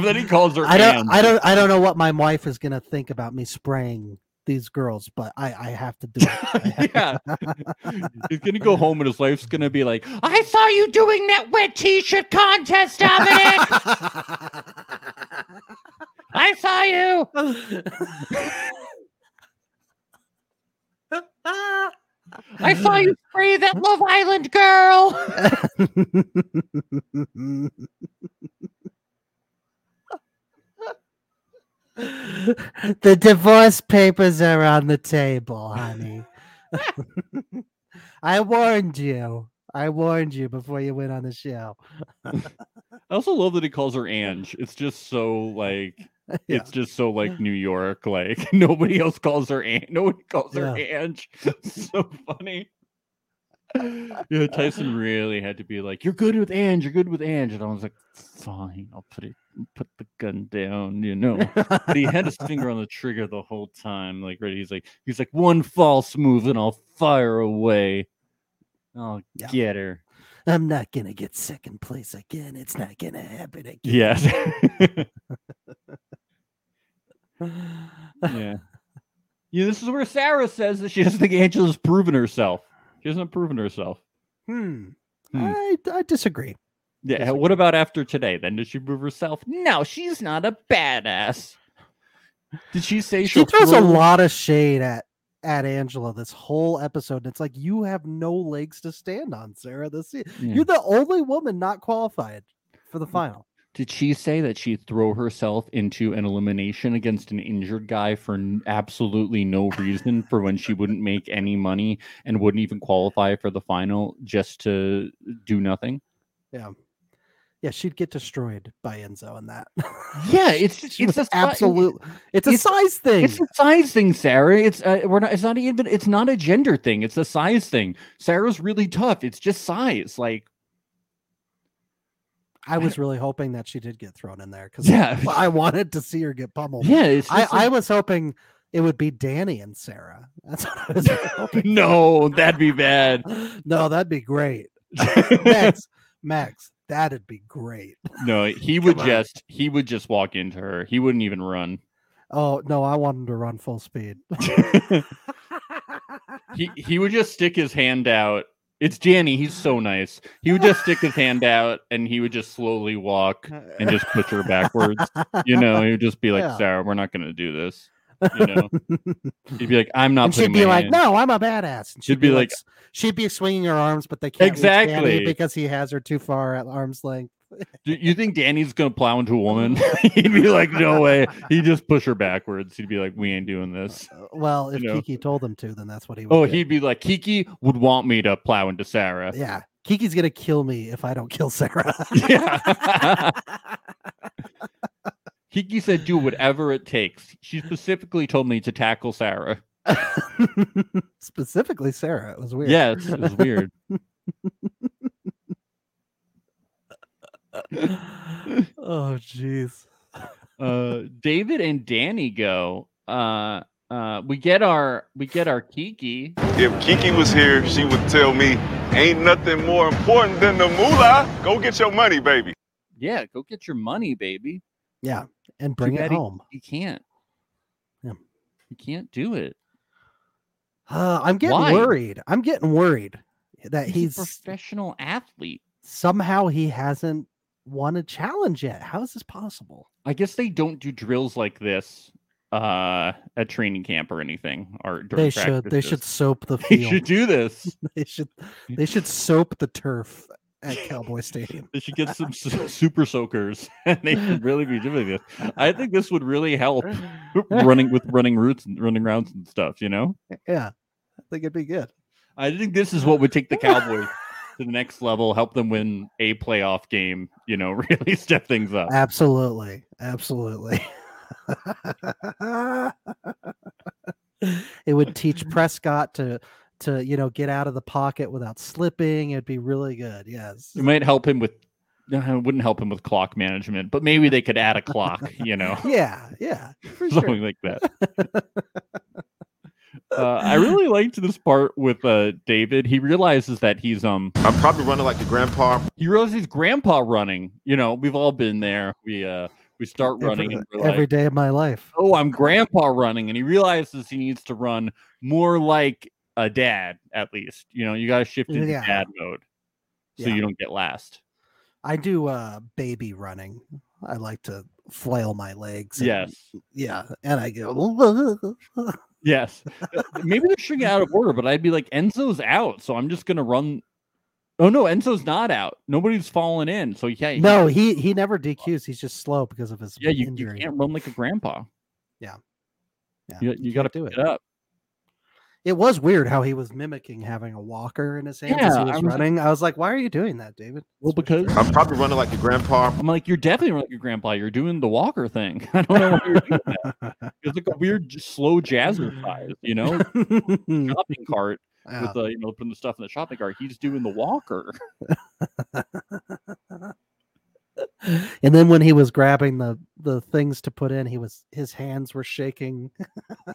B: that he calls her
C: I
B: Ange.
C: don't I don't I don't know what my wife is gonna think about me spraying these girls, but I, I have to do it. I have-
B: yeah. He's gonna go home and his wife's gonna be like, I saw you doing that wet t-shirt contest, Dominic. I saw you. I saw you spray that Love Island girl.
C: the divorce papers are on the table, honey. I warned you. I warned you before you went on the show.
B: I also love that he calls her Ange. It's just so like
C: Yeah.
B: it's just so like New York. Like nobody else calls her Ange. Nobody calls her Ange. so funny. Yeah, Tyson really had to be like, "You're good with Ange. You're good with Ange." And I was like, "Fine, I'll put it, put the gun down." You know. but he had his finger on the trigger the whole time. Like, right? He's like, he's like, one false move and I'll fire away. I'll
C: Yeah.
B: get her.
C: I'm not gonna get second place again. It's not gonna happen again.
B: Yes. yeah. Yeah. This is where Sarah says that she doesn't think Angela's proven herself. She hasn't proven herself.
C: Hmm.
B: Hmm.
C: I, I disagree.
B: Yeah.
C: Disagree.
B: What about after today? Then did she prove herself? No, she's not a badass. Did she say
C: She throws a lot of shade at at Angela this whole episode. and It's like you have no legs to stand on, Sarah. This se- you're the only woman not qualified for
B: Mm.
C: the final.
B: Did she say that she'd throw herself into an elimination against an injured guy for n- absolutely no reason for when she wouldn't make any money and wouldn't even qualify for the final just to do nothing?
C: yeah, she'd get destroyed by Enzo in that.
B: Yeah, it's just-
C: She
B: it's
C: was
B: a fi-
C: absolute. It's a
B: it's-
C: size thing.
B: It's a size thing, Sarah. It's uh, we're not. It's not even. It's not a gender thing. It's a size thing. Sarah's really tough. It's just size. Like
C: I was really hoping that she did get thrown in there because
B: yeah,
C: I wanted to see her get pummeled.
B: yeah. It's
C: I,
B: just
C: I
B: like-
C: was hoping it would be Danny and Sarah. That's what I was hoping.
B: no, that'd be bad.
C: No, that'd be great. Max, Max, that'd be great.
B: no, he would
D: Come on.
B: just he would just walk into her. He wouldn't even run.
C: Oh no, I want him to run full speed.
B: He he would just stick his hand out. It's Danny. He's so nice. He would just stick his hand out, and he would just slowly walk and just push her backwards. You know, he would just be like,
C: Yeah.
B: "Sarah, we're not going to do this." You know, he'd be like, "I'm not."
C: and she'd
B: putting
C: be
B: my
C: like,
B: hand-
C: "No, I'm a badass." And
B: She'd be like-
C: s- she'd be swinging her arms, but they can't reach Danny
B: Exactly.
C: because he has her too far at arm's length.
B: Do you think Danny's gonna plow into a woman? He'd be like, no way. He'd just push her backwards. He'd be like, we ain't doing this.
C: Uh, Well, if
B: You know.
C: Kiki told him to, then that's what he would.
B: Oh,
C: do.
B: he'd be like, Kiki would want me to plow into Sarah.
C: yeah. Kiki's gonna kill me if I don't kill Sarah.
B: Yeah. Kiki said, do whatever it takes. She specifically told me to tackle Sarah.
C: Specifically, Sarah. It was weird.
B: Yes, it was weird.
C: oh, jeez.
B: Uh, David and Danny go. Uh, uh, we get our we get our Kiki.
F: If Kiki was here, she would tell me, ain't nothing more important than the moolah. Go get your money, baby.
B: Yeah, go get your money, baby.
C: Yeah, and bring it
B: bad he-
C: home.
B: You can't.
C: Yeah.
B: You can't do it.
C: Uh, I'm getting
B: Why?
C: worried. I'm getting worried that
B: He's,
C: he's
B: a professional athlete.
C: somehow he hasn't won a challenge yet. How is this possible?
B: I guess they don't do drills like this uh at training camp or anything or during
C: They should. They should
B: practices.
C: soap the
B: They should
C: field.
B: do this.
C: They should. They should soap the turf at Cowboy Stadium.
B: They should get some su- super soakers, and they should really be doing this. I think this would really help running with running routes and running rounds and stuff. You know,
C: Yeah, I think it'd be good.
B: I think this is what would take the Cowboys to the next level, help them win a playoff game. You know, really step things up.
C: Absolutely. Absolutely. it would teach Prescott to to you know get out of the pocket without slipping. It'd be really good. Yes.
B: It might help him with. No, it wouldn't help him with clock management, but maybe they could add a clock, you know,
C: Yeah, yeah. For sure.
B: something like that. Uh, I really liked this part with uh, David. He realizes that he's um
F: I'm probably running like the grandpa.
B: he realizes he's grandpa running. You know, we've all been there. We uh we start running
C: every,
B: and we're
C: every
B: like,
C: day of my life.
B: oh, I'm grandpa running, and he realizes he needs to run more like a dad at least. You know, you got to shift into
C: Yeah.
B: dad mode so
C: Yeah.
B: you don't get last.
C: I do uh baby running. I like to flail my legs. and-
B: Yes.
C: Yeah. And I go
B: Yes. Uh, Maybe they're shooting out of order, but I'd be like, Enzo's out, so I'm just gonna run. Oh no, Enzo's not out. Nobody's fallen in. So yeah, you-
C: No, he he never DQs. He's just slow because of his
B: yeah, you, you
C: injury.
B: can't run like a grandpa.
C: yeah,
B: You,
C: you
B: got to
C: can't do
B: do
C: it.
B: it up.
C: it was weird how he was mimicking having a walker in his hands as he
B: Yeah,
C: was,
B: I was like-
C: running. I was like, why are you doing that, David?
B: Well,
C: That's weird.
B: because-
F: I'm probably running like the grandpa.
B: I'm like, you're definitely running like your grandpa. You're doing the Walker thing. I don't know why you're doing that. It's like a weird, j- slow jazzercise, you know, shopping cart
C: Yeah.
B: with the you know putting the stuff in the shopping cart. He's doing the Walker.
C: and then when he was grabbing the the things to put in, he was his hands were shaking.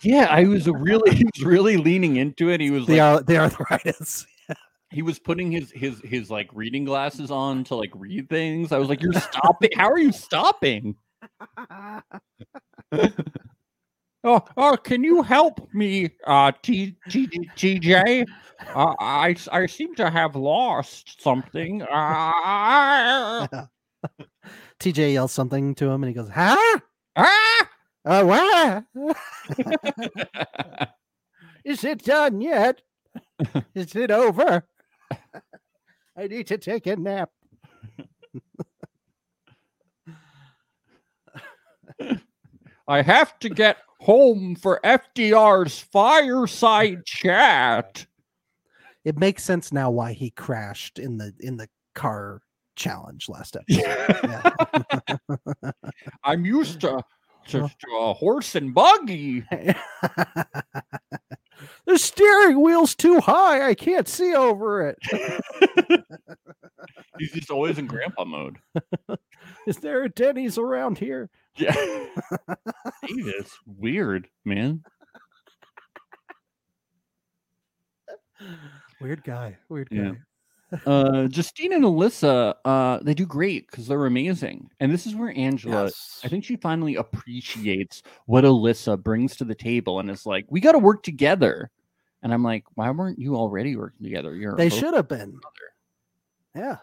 B: Yeah, I was really, he was really leaning into it. He was
C: The
B: like,
C: ar- the arthritis.
B: he was putting his his his like reading glasses on to like read things. I was like, "You're stopping? How are you stopping?" oh, oh, can you help me, uh, T T TJ? Uh, I s- I seem to have lost something. Ah,
C: TJ yells something to him, and he goes, "Huh?
B: ah!
C: Uh, why? Is it done yet? Is it over? I need to take a nap."
B: I have to get home for FDR's fireside chat.
C: it makes sense now why he crashed in the in the car challenge last episode.
B: Yeah. I'm used to, to, to a horse and buggy.
C: the steering wheel's too high. I can't see over it.
B: He's just always in grandpa mode.
C: Is there a Denny's around here?
B: Yeah. Hey, that's weird, man.
C: Weird guy. Weird guy.
B: Yeah. Uh, Justine and Alyssa, uh, they do great because they're amazing. And this is where Angela,
C: Yes.
B: I think she finally appreciates what Alyssa brings to the table and is like, we got to work together. And I'm like, why weren't you already working together? You're
C: They
B: both-
C: should have been. Yeah.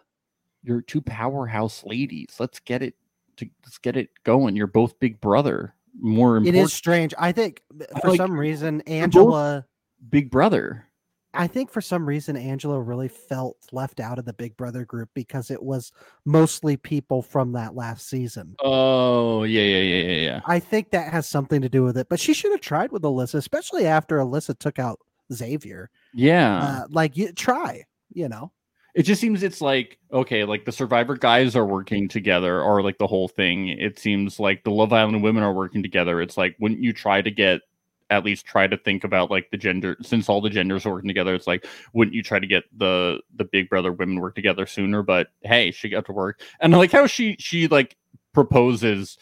B: You're two powerhouse ladies. Let's get it to let's get it going. You're both big brother. More
C: It
B: important,
C: is strange. I think th-
B: I
C: for
B: like-
C: some reason
B: both-
C: Angela
B: big brother.
C: I think for some reason Angela really felt left out of the Big Brother group because it was mostly people from that last season.
B: Oh yeah, yeah, yeah, yeah, yeah.
C: I think that has something to do with it. But she should have tried with Alyssa, especially after Alyssa took out Xavier.
B: Yeah.
C: Uh, like you try, you know.
B: it just seems it's like okay, like the survivor guys are working together or like the whole thing. It seems like the Love Island women are working together. It's like wouldn't you try to get at least try to think about like the gender since all the genders are working together, it's like wouldn't you try to get the the big brother women work together sooner? But hey, she got to work. And I like how she she like proposes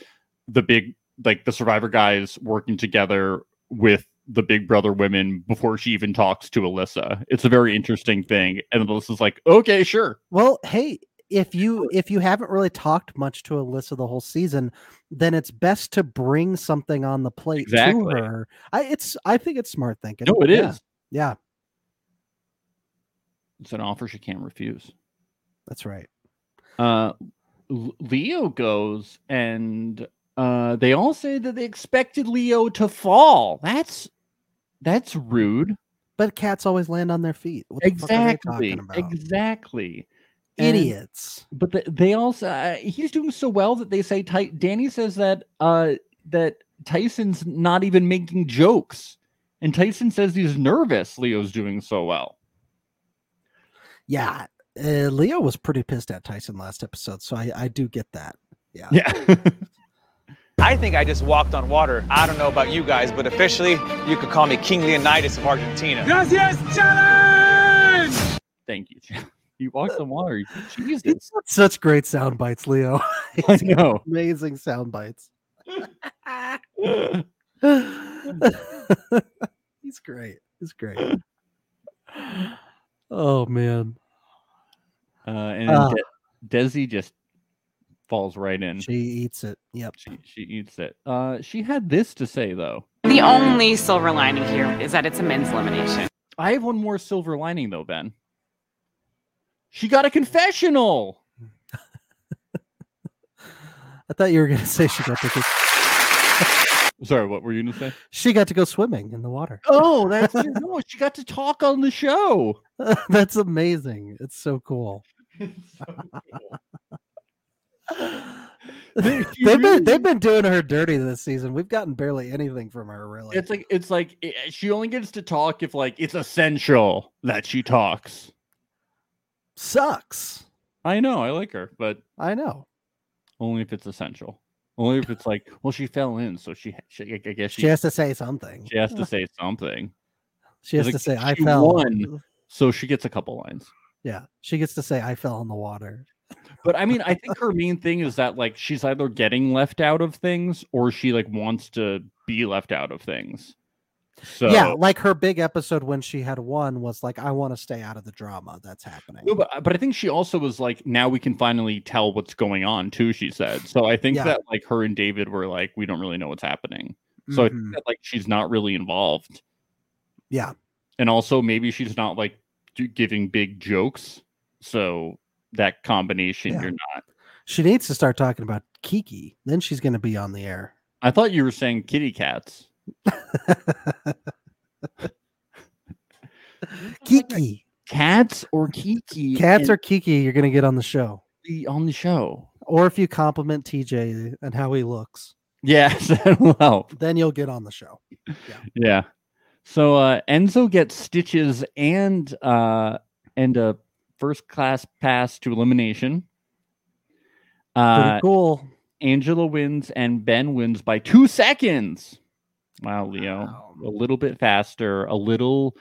B: the big like the survivor guys working together with the big brother women before she even talks to Alyssa. It's a very interesting thing. And Alyssa's like, okay, sure.
C: Well, hey, if you if you haven't really talked much to Alyssa the whole season, then it's best to bring something on the plate
B: Exactly.
C: to her. I it's I think it's smart thinking.
B: No, it is.
C: Yeah, Yeah,
B: It's an offer she can't refuse.
C: that's right.
B: Uh, L- Leo goes and uh, they all say that they expected Leo to fall. That's that's rude.
C: But cats always land on their feet. What the fuck are they
B: exactly.
C: talking about?
B: Exactly. And-
C: Idiots.
B: but the, they also uh, he's doing so well that they say Ty- Danny says that uh that Tyson's not even making jokes and Tyson says he's nervous Leo's doing so well.
C: Yeah. Uh, Leo was pretty pissed at Tyson last episode, so I, I do get that.
B: Yeah.
G: I think I just walked on water. I don't know about you guys, but officially, you could call me King Leonidas of Argentina.
B: Thank you. Jeff. You walked on water. Jesus.
C: He's got Such great sound bites, Leo.
B: I
C: He's got
B: know.
C: Amazing sound bites. He's great. He's great. Oh man.
B: Uh, and
C: Ah.
B: De- Desi just falls right in.
C: She eats it. Yep.
B: She, she eats it. Uh, she had this to say though.
H: The only silver lining here is that it's a men's elimination.
B: I have one more silver lining though, Ben. She got a confessional.
C: I thought you were gonna say she got to go,
B: Sorry, what were you gonna say?
C: she got to go swimming in the water.
B: Oh, that's it. no. She got to talk on the show.
C: That's amazing. It's so cool.
B: They-
C: they've
B: she
C: been
B: really-
C: they've been doing her dirty this season. We've gotten barely anything from her, really.
B: It's like it's like eh, she only gets to talk if like it's essential that she talks.
C: sucks.
B: I know, I like her, but
C: I know.
B: only if it's essential. Only if it's like, well, she fell in, so she, ha- she I guess she,
C: She has to say something.
B: she has to say something.
C: She has
B: like,
C: to say I
B: she
C: fell.
B: won. So she gets a couple lines.
C: Yeah. She gets to say I fell in the water.
B: But I mean, I think her main thing is that like she's either getting left out of things or she like wants to be left out of things. So
C: yeah, like her big episode when she had won was like I want to stay out of the drama that's happening.
B: No, but but I think she also was like, now we can finally tell what's going on too. She said. So I think
C: Yeah.
B: that like her and David were like, we don't really know what's happening. So I
C: Mhm.
B: think that like she's not really involved,
C: yeah.
B: and also maybe she's not like do- giving big jokes. So that combination,
C: Yeah.
B: you're not.
C: She needs to start talking about Kiki. Then she's going to be on the air.
B: I thought you were saying kitty cats.
C: Kiki.
B: Cats or Kiki?
C: Cats or Kiki, you're going to get on the show.
B: be on the show.
C: Or if you compliment TJ and how he looks,
B: Yes, that will help.
C: then you'll get on the show.
B: Yeah. So uh Enzo gets stitches and uh and a first class pass to elimination.
C: Pretty
B: Uh,
C: cool.
B: Angela wins and Ben wins by two seconds. Wow, Leo.
C: Wow.
B: A little bit faster, a little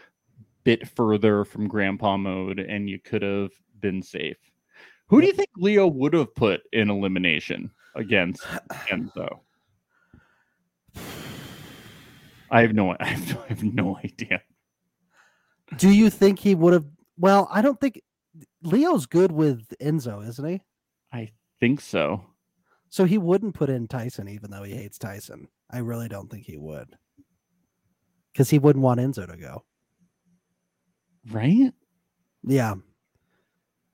B: bit further from grandpa mode, and you could have been safe. Who do you think Leo would have put in elimination against Enzo? I have no I have no, I have no idea.
C: Do you think he would have? Well, I don't think Leo's good with Enzo, isn't he?
B: Think so.
C: So he wouldn't put in Tyson, even though he hates Tyson. I really don't think he would, because he wouldn't want Enzo to go.
B: Right?
C: Yeah,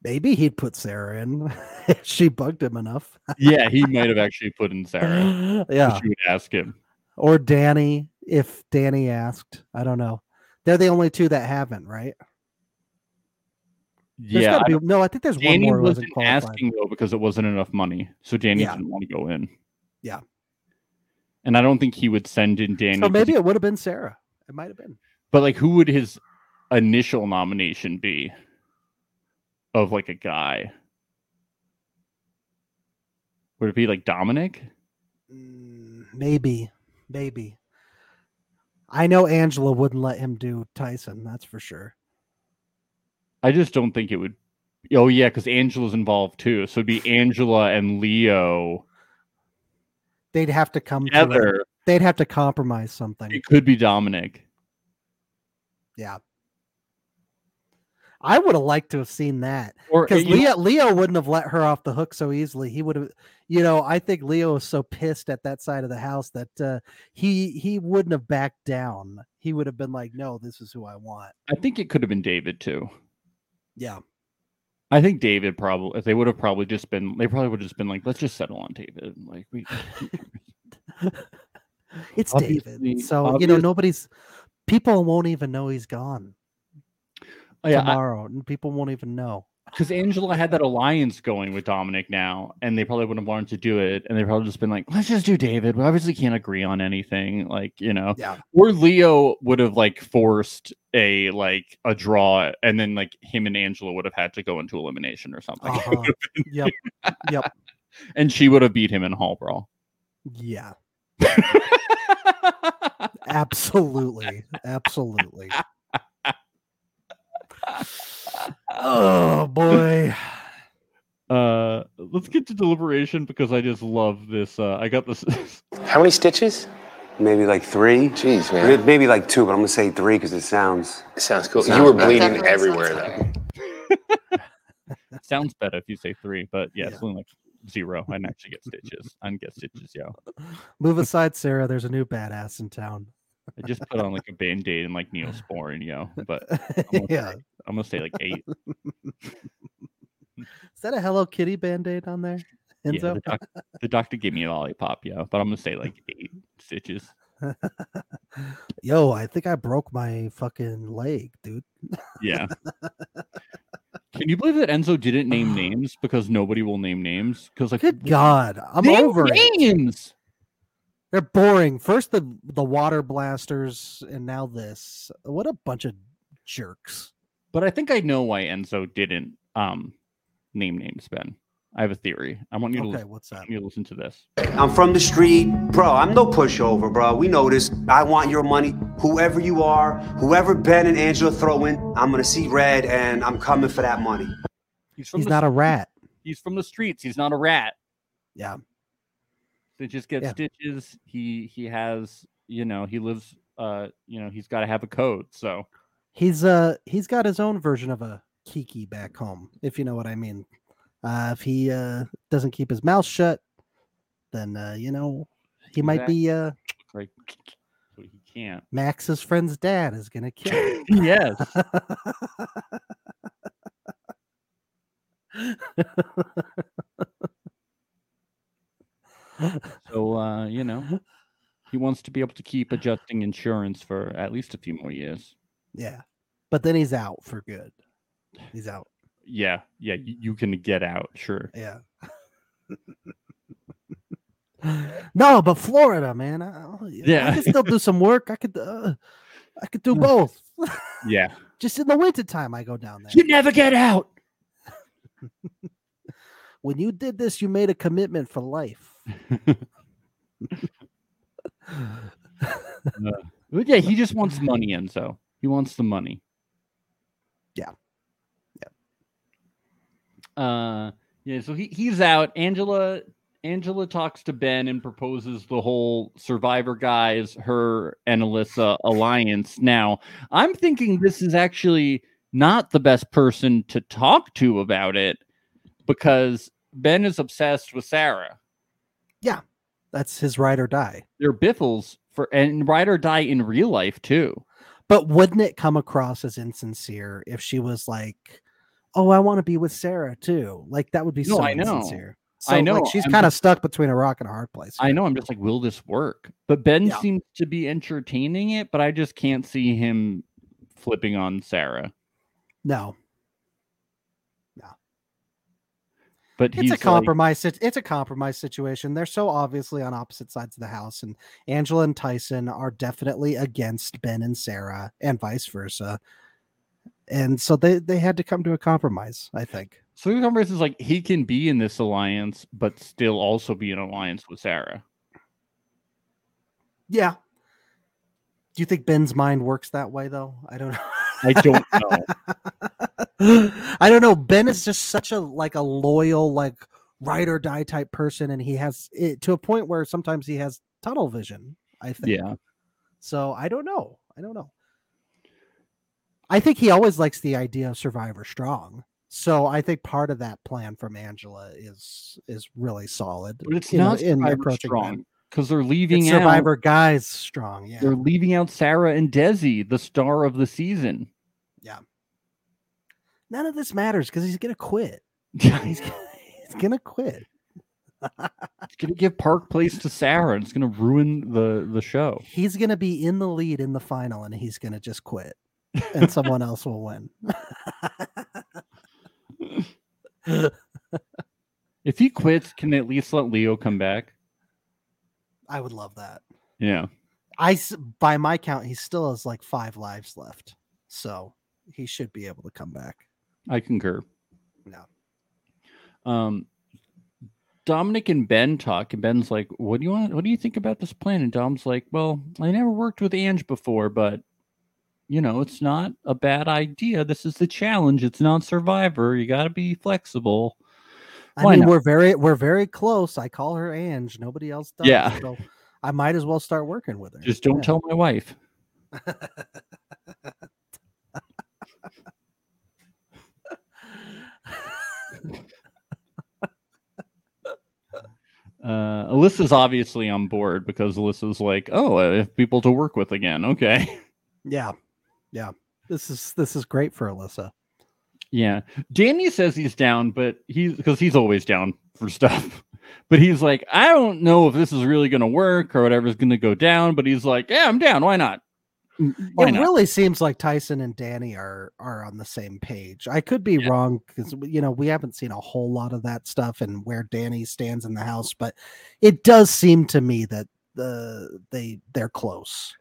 C: maybe he'd put Sarah in. if she bugged him enough.
B: Yeah, he might have actually put in Sarah.
C: yeah,
B: She would ask him.
C: or Danny if Danny asked. I don't know. They're the only two that haven't, right? There's
B: Yeah,
C: gotta be- no, I think there's one
B: Danny
C: more who
B: wasn't
C: wasn't qualified.
B: asking though because it wasn't enough money, so Danny
C: Yeah.
B: didn't want to go in.
C: Yeah.
B: and I don't think he would send in Danny.
C: so
B: 'cause
C: maybe
B: he-
C: it would have been Sarah. It might have been.
B: but like, who would his initial nomination be? Of like a guy, would it be like Dominic?
C: Mm, Maybe, maybe. I know Angela wouldn't let him do Tyson. That's for sure.
B: I just don't think it would. Oh yeah, because Angela's involved too, so it'd be Angela and Leo
C: They'd have to come to a-
B: together.
C: They'd have to compromise something.
B: It could be Dominic.
C: Yeah. I would have liked to have seen that
B: Or
C: because
B: you know-
C: Leo Leo wouldn't have let her off the hook so easily. He would have, you know. I think Leo is so pissed at that side of the house that uh, he he wouldn't have backed down. He would have been like, "No, this is who I want."
B: I think it could have been David too.
C: Yeah,
B: I think David probably they would have probably just been they probably would have just been like let's just settle on David like we
C: it's
B: Obviously-
C: David. So you know,
B: obvious-
C: nobody's people won't even know he's gone
B: Oh, yeah
C: tomorrow, and people won't even know.
B: because Angela had that alliance going with Dominic now and they probably wouldn't have wanted to do it and they probably just been like let's just do David we obviously can't agree on anything like you know
C: Yeah.
B: or Leo would have like forced a like a draw and then like him and Angela would have had to go into elimination or something
C: Uh-huh. yep. Yep.
B: and she would have beat him in hall brawl
C: Yeah. Absolutely. Absolutely. oh boy.
B: uh let's get to deliberation because I just love this uh I got this
I: How many stitches?
J: Maybe like three.
I: Jeez,
J: May-
I: man.
J: Maybe like two, but I'm gonna say three because it sounds.
I: It sounds cool.
J: Sounds
I: you were
J: bad.
I: bleeding
E: Definitely
I: everywhere,
E: sounds
I: though.
B: sounds better if you say three, but yeah,
C: Yeah.
B: something like zero. I didn't actually get stitches. I didn't get stitches, yo.
C: Move aside, Sarah. There's a new badass in town.
B: I just put on like a band aid and like neosporin, yo. But I'm gonna,
C: yeah.
B: say, I'm gonna say like eight.
C: Is that a Hello Kitty band-aid on there?
B: Yeah,
C: Enzo?
B: the, doc- the doctor gave me a lollipop, yo. But I'm gonna say like eight stitches.
C: Yo, I think I broke my fucking leg, dude.
B: Yeah. Can you believe that Enzo didn't name names because nobody will name names? Because like
C: Good God. I'm
B: name
C: over it.
B: names.
C: They're boring. First the the water blasters and now this. What a bunch of jerks.
B: But I think I know why Enzo didn't um name names, Ben. I have a theory. I want you to
C: Okay,
B: listen,
C: what's
B: I
C: up?
B: want you to listen to this.
J: I'm from the street, bro. I'm no pushover, bro. We know this. I want your money, whoever you are, whoever Ben and Angela throw in. I'm gonna see red, and I'm coming for that money.
B: from
C: He's
B: the
C: not a
B: streets.
C: rat.
B: He's from the streets. He's not a rat.
C: Yeah.
B: They just get
C: Yeah.
B: stitches. He he has you know he lives uh you know he's got to have a code. So
C: He's uh he's got his own version of a kiki back home, if you know what I mean. Uh, if he uh doesn't keep his mouth shut, then uh, you know he might be uh
B: like so he can't.
C: Max's friend's dad is gonna kill him.
B: yes. So uh you know he wants to be able to keep adjusting insurance for at least a few more years.
C: yeah, but then he's out for good. He's out.
B: Yeah, yeah, y- you can get out. Sure.
C: Yeah. no, but Florida, man. I, yeah, I
B: Yeah.
C: could still do some work. I could, uh, I could do both.
B: Yeah.
C: Just in the wintertime, I go down there.
B: never get out.
C: when you did this, you made a commitment for life.
B: But yeah, he just wants money, Enzo. He wants the money.
C: Yeah.
B: Uh yeah, so he, he's out. Angela Angela talks to Ben and proposes the whole survivor guys, her and Alyssa alliance. Now, I'm thinking this is actually not the best person to talk to about it because Ben is obsessed with Sarah.
C: That's his ride or die.
B: They're biffles for and ride or die in real life too.
C: But wouldn't it come across as insincere if she was like, "Oh, I want to be with Sarah too"? Like that would be
B: No,
C: so
B: I know.
C: insincere. So,
B: I know.
C: Like, she's
B: I'm
C: kind of stuck between a rock and a hard place.
B: I know. I'm just like, will this work? But Ben
C: Yeah.
B: seems to be entertaining it, but I just can't see him flipping on Sarah.
C: No,
B: But
C: it's
B: he's
C: a
B: like-
C: compromise. sit- it's a compromise situation. They're so obviously on opposite sides of the house, and Angela and Tyson are definitely against Ben and Sarah, and vice versa. And so they they had to come to a compromise. I think.
B: so the compromise is like he can be in this alliance, but still also be in alliance with Sarah.
C: Yeah. Do you think Ben's mind works that way though? I don't know.
B: I don't know.
C: I don't know. Ben is just such a like a loyal, like ride or die type person, and he has it to a point where sometimes he has tunnel vision. I think.
B: yeah.
C: So I don't know. I don't know. I think he always likes the idea of Survivor Strong. So I think part of that plan from Angela is is really solid.
B: But it's
C: you know,
B: not Survivor
C: approaching Ben.
B: strong because they're
C: It's
B: leaving out
C: Survivor guys strong. Yeah.
B: they're leaving out Sarah and Desi, the star of the season.
C: None of this matters because he's gonna quit. He's gonna, he's gonna quit.
B: It's gonna give Park Place to Sarah. and It's gonna ruin the the show.
C: He's gonna be in the lead in the final, and he's gonna just quit, and someone else will win.
B: If he quits, can they at least let Leo come back?
C: I would love that.
B: Yeah.
C: I s- by my count, he still has like five lives left, so he should be able to come back.
B: I concur.
C: No.
B: Um, Dominic and Ben talk, and Ben's like, "What do you want? What do you think about this plan?" And Dom's like, "Well, I never worked with Ange before, but you know, it's not a bad idea. This is the challenge. It's not Survivor. You got to be flexible."
C: I
B: Why
C: mean,
B: not?
C: we're very we're very close. I call her Ange. Nobody else does.
B: Yeah.
C: So I might as well start working with her.
B: Just don't
C: Yeah.
B: tell my wife. Uh, Alyssa's obviously on board because Alyssa's like, oh, I have people to work with again. Okay.
C: Yeah. Yeah. This is this is great for Alyssa.
B: Yeah. Danny says he's down, but he's because he's always down for stuff. But he's like, I don't know if this is really going to work or whatever's going to go down. But he's like, yeah, I'm down. Why not? Why
C: it
B: not?
C: really seems like Tyson and Danny are are on the same page. I could be
B: Yeah.
C: wrong because you know we haven't seen a whole lot of that stuff and where Danny stands in the house, but it does seem to me that the they they're close.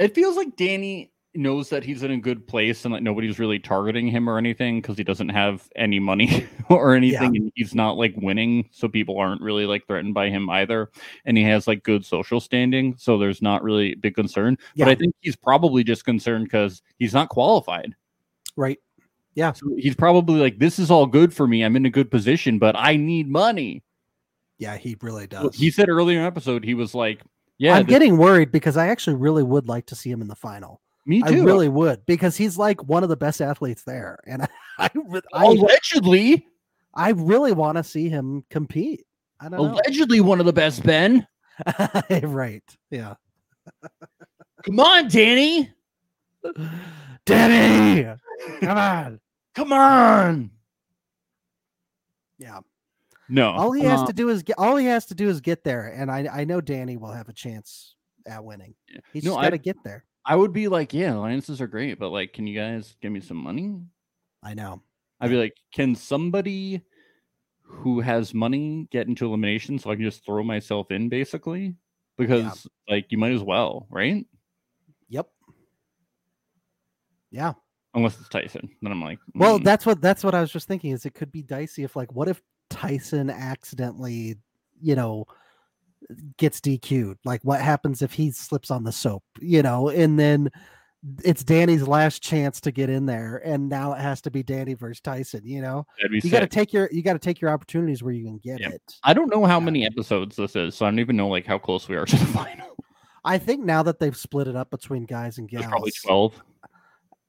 B: It feels like Danny knows that he's in a good place and like nobody's really targeting him or anything because he doesn't have any money or anything and he's not like winning so people aren't really like threatened by him either and he has like good social standing so there's not really a big concern
C: Yeah.
B: but i think he's probably just concerned because he's not qualified
C: Right.
B: so he's probably like this is all good for me i'm in a good position but i need money
C: Yeah, he really
B: Well,
C: does.
B: he said earlier in the episode he was like yeah
C: I'm
B: this-
C: getting worried because I actually really would like to see him in the final.
B: me
C: I
B: too
C: really would because he's like one of the best athletes there, and I I, re-
B: Oh,
C: I,
B: allegedly
C: I really want to see him compete. I
B: Oh,
C: don't know.
B: allegedly one of the best ben
C: right? Yeah.
B: Come on, Danny.
C: Danny, come on.
B: Come on.
C: Yeah.
B: No.
C: All he has
B: uh,
C: to do is get. All he has to do is get there, and I I know Danny will have a chance at winning. He's
B: No,
C: just
B: I-
C: got to get there.
B: I would be like, yeah, alliances are great, but like, can you guys give me some money?
C: I know.
B: I'd be like, can somebody who has money get into elimination so I can just throw myself in basically? Because like you might as well, right?
C: Yep. Yeah.
B: Unless it's Tyson. Then I'm like,
C: Well,
B: mm,
C: that's what that's what I was just thinking. Is it could be dicey if like, what if Tyson accidentally, you know, gets DQ'd? Like what happens if he slips on the soap, you know, and then it's Danny's last chance to get in there and now it has to be Danny versus Tyson, you know?
B: That'd be
C: You got to
B: sick.
C: take your you got to take your opportunities where you can get
B: Yeah.
C: it.
B: I don't know how many episodes this is, so I don't even know like how close we are to the final.
C: I think now that they've split it up between guys and
B: There's
C: gals,
B: probably twelve.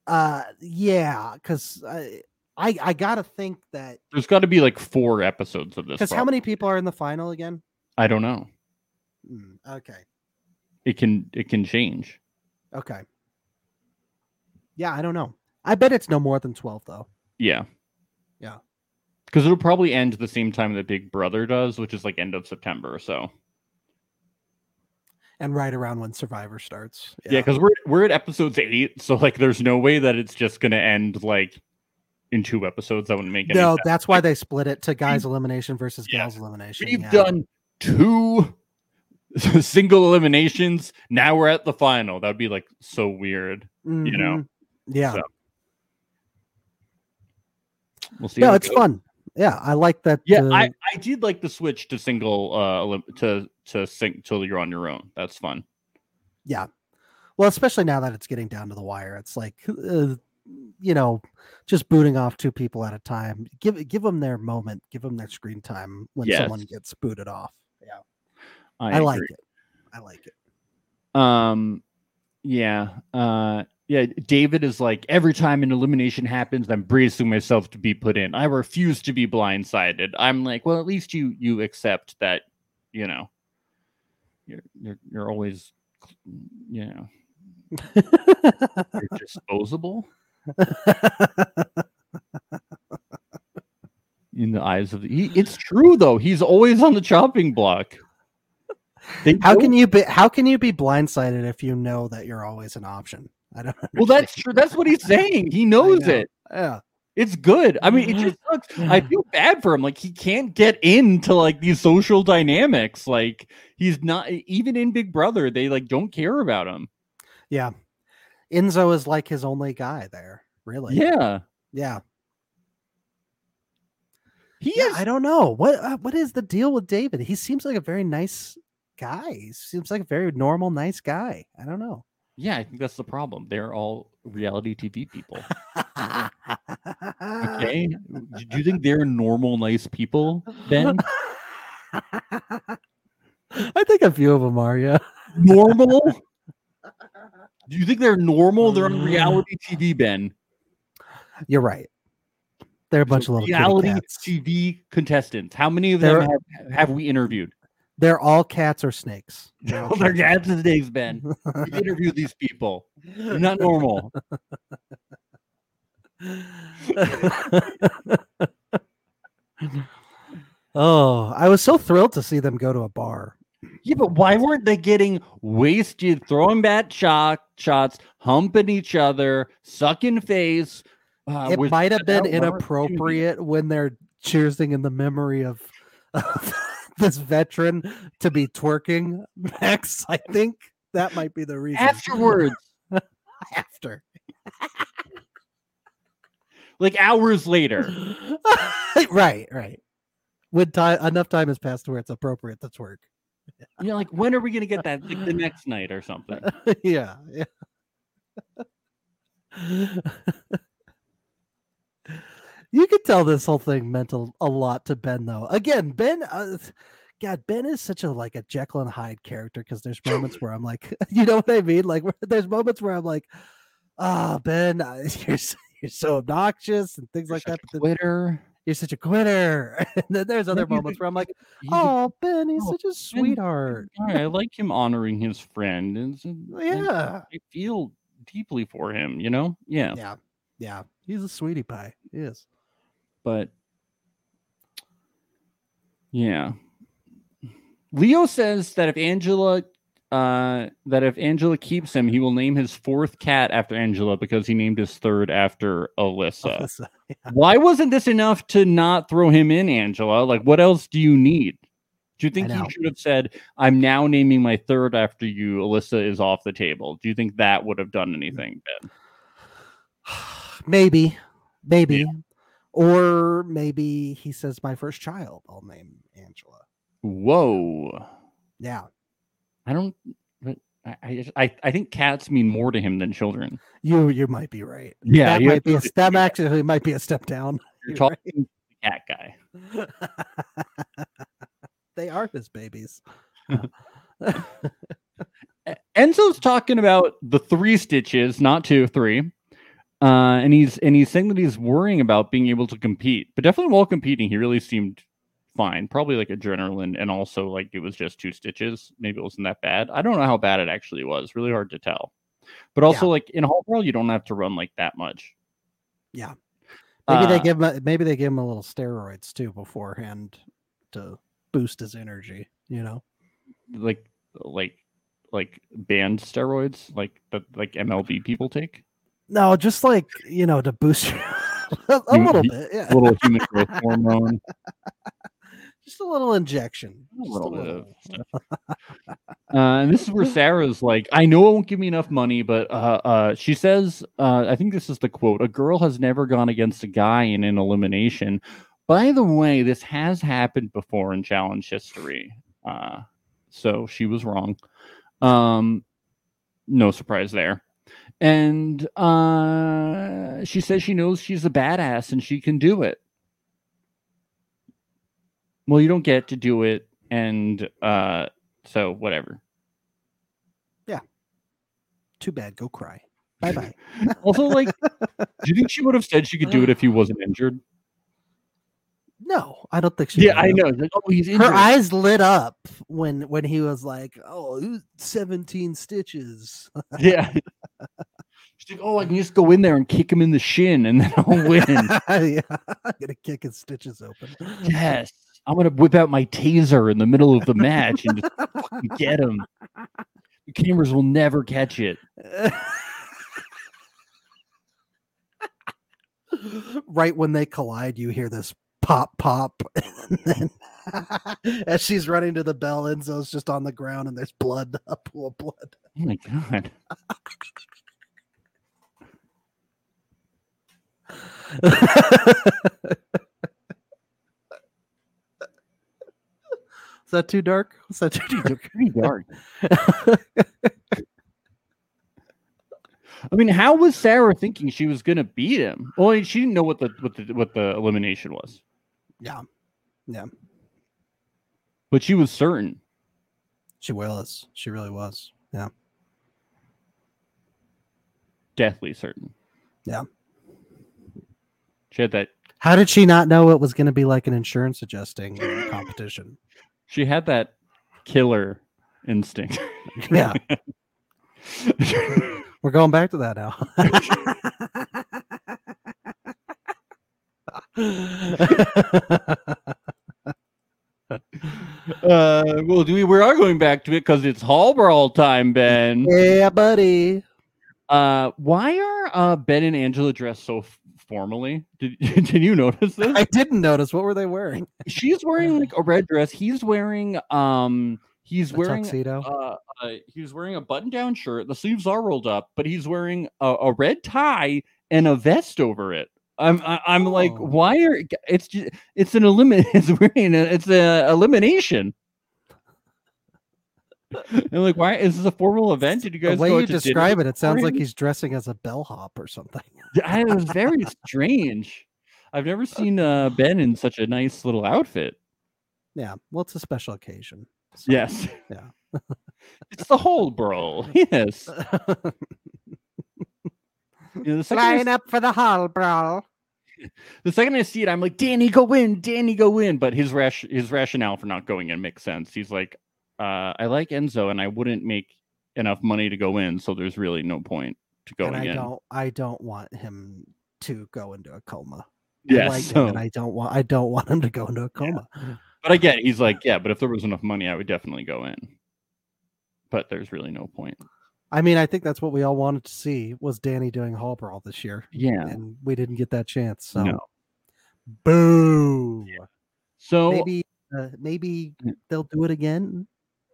C: uh yeah, cuz I I, I got to think that
B: There's got to be like four episodes of this.
C: cuz how
B: probably.
C: many people are in the final again?
B: I don't know.
C: Mm, okay.
B: It can it can change.
C: Okay. Yeah, I don't know. I bet it's no more than 12 though.
B: Yeah.
C: Yeah.
B: Because it'll probably end the same time that Big Brother does, which is like end of September. So
C: And right around when Survivor starts.
B: yeah, because we're we're at episodes eight, so like there's no way that it's just gonna end like in two episodes. That wouldn't make any
C: no,
B: sense.
C: that's why they split it to guys elimination versus
B: Yeah.
C: gals elimination.
B: We've
C: yeah.
B: done two single eliminations. Now we're at the final. That'd be like so weird. you know,
C: Mhm. Yeah.
B: so We'll see.
C: no,
B: how it
C: it's
B: goes.
C: fun. Yeah, I like that.
B: Yeah, I,
C: uh,
B: I did like the switch to single uh elim- to to sync till you're on your own. That's fun.
C: yeah. Well, especially now that it's getting down to the wire, it's like, uh, you know, just booting off two people at a time. Give give them their moment. Give them their screen time when
B: Yes.
C: someone gets booted off. Yeah,
B: I,
C: I, like
B: agree.
C: it. I like it.
B: Um, yeah, uh, yeah. David is like every time an elimination happens, I'm bracing myself to be put in. I refuse to be blindsided. I'm like, well, at least you you accept that, you know. You're you're you're always, you know, you're disposable in the eyes of the. He, it's true though. He's always on the chopping block. They
C: How
B: don't-
C: can you be? How can you be blindsided if you know that you're always an option? I don't. Understand.
B: Well, that's true. That's what he's saying. He
C: I
B: knows
C: know.
B: it.
C: Yeah.
B: It's good. I mean, it just sucks. I feel bad for him. Like he can't get into like these social dynamics. Like he's not e, even in Big Brother. They like don't care about him.
C: Yeah. Enzo is like his only guy there. Really.
B: yeah,
C: Yeah.
B: he
C: Yeah,
B: is.
C: I don't know what uh, what is the deal with David. He seems like a very nice guy. He seems like a very normal, nice guy. I don't know.
B: yeah, I think that's the problem. They're all reality TV people. Okay, do do you think they're normal, nice people? Then
C: I think a few of them are. Yeah.
B: normal. Do you think they're normal? They're
C: Mm.
B: on reality TV, Ben.
C: You're right. They're a bunch
B: So
C: of little kitty
B: reality
C: cats.
B: TV contestants. How many of
C: There
B: them have, have we interviewed?
C: They're all cats or snakes. They're all
B: Oh, they're
C: cats.
B: cats and snakes, Ben. We interviewed these people. They're not normal.
C: oh, I was so thrilled to see them go to a bar.
B: Yeah, but why weren't they getting wasted, throwing bat shot, shots, humping each other, sucking face? Uh,
C: it
B: was
C: might have
B: that
C: been
B: an
C: inappropriate when they're cheersing in the memory of, of this veteran to be twerking. Max, I think that might be the reason.
B: afterwards,
C: After.
B: like hours later.
C: right, right. When time enough time has passed to where it's appropriate to twerk.
B: You're like, when are we gonna get that? Like the next night or something.
C: yeah. yeah. you could tell this whole thing meant a, a lot to Ben, though. Again, Ben, uh, God, Ben is such a like a Jekyll and Hyde character because there's moments where I'm like, you know what I mean? Like, where, there's moments where I'm like, ah, Ben, uh, you're s- you're so obnoxious and things like that. But then,
B: Twitter.
C: you're such a quitter. and then there's other
B: Maybe you
C: moments where I'm like,
B: He's a
C: oh, Ben, he's
B: Oh,
C: such a sweetheart.
B: guy. I like him honoring his friend. And, and- and
C: Yeah.
B: I feel deeply for him, you know? Yeah.
C: Yeah, yeah, he's a sweetie pie. He is.
B: But yeah. Leo says that if Angela uh that if Angela keeps him, he will name his fourth cat after Angela because he named his third after Alyssa.
C: Alyssa.
B: Why wasn't this enough to not throw him in, Angela? Like what else do you need? Do you think
C: know.
B: he should have said, I'm now naming my third after you, Alyssa is off the table? Do you think that would have done anything, Ben?
C: maybe, maybe, Or maybe he says, My first child, I'll name Angela.
B: Whoa.
C: Yeah.
B: I don't. but I, I- I I think cats mean more to him than children.
C: You you might be right.
B: Yeah,
C: That
B: you
C: might be a,
B: have to-
C: that actually might be a step down.
B: You're
C: You're right.
B: talking to the cat guy.
C: they are his babies.
B: E- Enzo's talking about the three stitches, not two, three. Uh, and he's and he's saying that he's worrying about being able to compete, but definitely while competing, he really seemed fine. Probably like adrenaline, and also like it was just two stitches. Maybe it wasn't that bad. I don't know how bad it actually was. Really hard to tell. But also like in Hall Brawl, you don't have to run like that much.
C: Yeah. Maybe they
B: Uh,
C: give him a, maybe they give him a little steroids too beforehand to boost his energy. You know,
B: like like like banned steroids like that like MLB people take
C: no, just like you know to boost your, a, a
B: You-
C: little
B: you-
C: bit. Yeah,
B: a little human growth hormone
C: just a little injection.
B: a
C: just
B: little bit of stuff. Uh, and this is where Sarah's like I know it won't give me enough money but uh, uh she says uh I think this is the quote a girl has never gone against a guy in an elimination by the way this has happened before in challenge history uh so she was wrong um no surprise there and uh she says she knows she's a badass and she can do it well you don't get to do it and uh so whatever
C: Too bad. Go cry. Bye bye.
B: also like do you think she would have said she could do it if he wasn't injured
C: No, I don't think she.
B: yeah
C: would
B: i
C: have.
B: know like, oh he's injured
C: Her eyes lit up when when he was like, "Oh, ooh, 17 stitches."
B: yeah she's like oh i can just go in there and kick him in the shin and then i'll win
C: yeah, I'm gonna kick his stitches open.
B: yes i'm gonna whip out my taser in the middle of the match and just fucking get him the cameras will never catch it
C: right when they collide, you hear this pop, pop, and then as she's running to the bell, Enzo's just on the ground, and there's blood, a pool of blood.
B: oh my god
C: Is that too dark? Is that too dark?
B: pretty dark. I mean, how was Sarah thinking she was going to beat him? Well, she didn't know what the what the what the elimination was,
C: yeah,
B: but she was certain.
C: she was. She really was. Yeah.
B: deathly certain.
C: Yeah.
B: She had that
C: How did she not know it was going to be like an insurance adjusting uh, competition?
B: she had that killer instinct.
C: Yeah, we're going back to that now.
B: uh, well, do we we are going back to it because it's Hall Brawl time, Ben.
C: yeah, buddy.
B: Uh, why are uh, Ben and Angela dressed so f- formally? Did did you notice this?
C: I didn't notice. What were they wearing?
B: She's wearing like a red dress. He's wearing um he's
C: A
B: wearing
C: tuxedo.
B: uh, uh, he's wearing a button-down shirt. The sleeves are rolled up, but he's wearing a, a red tie and a vest over it. I'm I, I'm like,
C: Oh.
B: why are it's just, it's an elimin it's wearing a, it's a elimination. and like, why is this a formal event? Did you
C: the
B: guys
C: way
B: go out
C: you
B: to dinner
C: describe it, it sounds like
B: beforehand?
C: he's dressing as a bellhop or something.
B: Yeah, it was very strange. I've never seen uh, Ben in such a nice little outfit.
C: Yeah. Well, it's a special occasion. so-
B: Yes.
C: Yeah.
B: it's the whole brawl. Yes. You know, the, second I,
C: up for the hall brawl.
B: the second I see it, I'm like, Danny, go in, Danny, go in. But his rash, his rationale for not going in makes sense. He's like, uh, I like Enzo, and I wouldn't make enough money to go in, so there's really no point to going
C: and I
B: in.
C: don't. I don't want him to go into a coma. I
B: yeah.
C: like him,
B: so-
C: and I don't want. I don't want him to go into a coma.
B: but I get. it. He's like, yeah, but if there was enough money, I would definitely go in. But there's really no point.
C: I mean, I think that's what we all wanted to see was Danny doing hall brawl this year,
B: Yeah.
C: and we didn't get that chance. So,
B: No.
C: boo.
B: So
C: Maybe, uh, maybe
B: Yeah.
C: they'll do it again.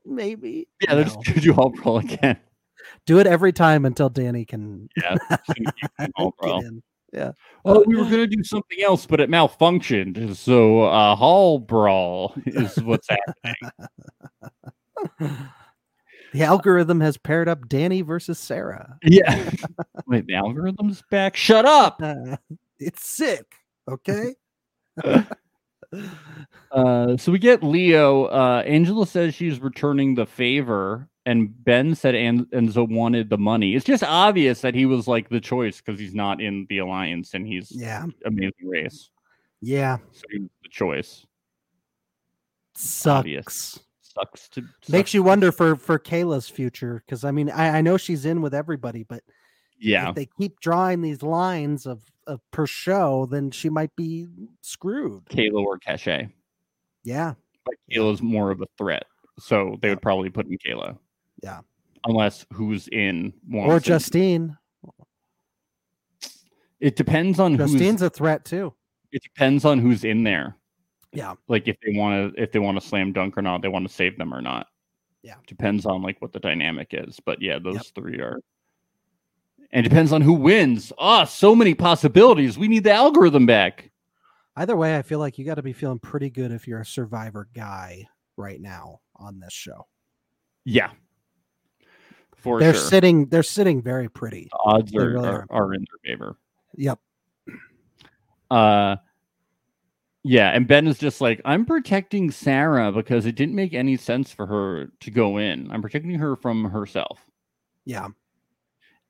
C: Maybe.
B: yeah, they're
C: No.
B: just gonna do all brawl again.
C: do it every time until Danny can
B: Yeah. it's gonna keep all
C: get
B: brawl.
C: in.
B: Oh, we were gonna do something else, but it malfunctioned. So uh, hall brawl is what's happening.
C: The algorithm has paired up Danny versus Sarah.
B: yeah. Wait, the algorithm's back. Shut up.
C: Uh, it's sick. Okay.
B: Uh, so we get Leo. Uh, Angela says she's returning the favor, and Ben said An- Enzo wanted the money. It's just obvious that he was like the choice because he's not in the alliance and he's
C: Yeah.
B: amazing race.
C: Yeah.
B: So he was the choice
C: Sucks.
B: Obvious. sucks to
C: Makes
B: sucks-
C: you wonder for for Kayla's future because I mean I, I know she's in with everybody, but
B: Yeah.
C: if they keep drawing these lines of, of per show, then she might be screwed.
B: Kayla or Cache.
C: Yeah.
B: But Kayla's more of a threat. So they would probably put in Kayla.
C: Yeah.
B: Unless who's in wants
C: or
B: it.
C: Justine.
B: it depends on who's
C: Justine's a threat too.
B: it depends on who's in there.
C: Yeah.
B: Like if they want to if they want to slam dunk or not, they want to save them or not.
C: Yeah.
B: Depends on like what the dynamic is. But yeah, those three are and depends on who wins. Ah, so many possibilities. We need the algorithm back.
C: Either way, I feel like you got to be feeling pretty good if you're a survivor guy right now on this show.
B: Yeah. For
C: they're
B: sure.
C: sitting they're sitting very pretty.
B: The odds
C: they
B: are,
C: really
B: are, are in their favor.
C: Yep.
B: uh yeah and ben is just like i'm protecting sarah because it didn't make any sense for her to go in i'm protecting her from herself
C: Yeah.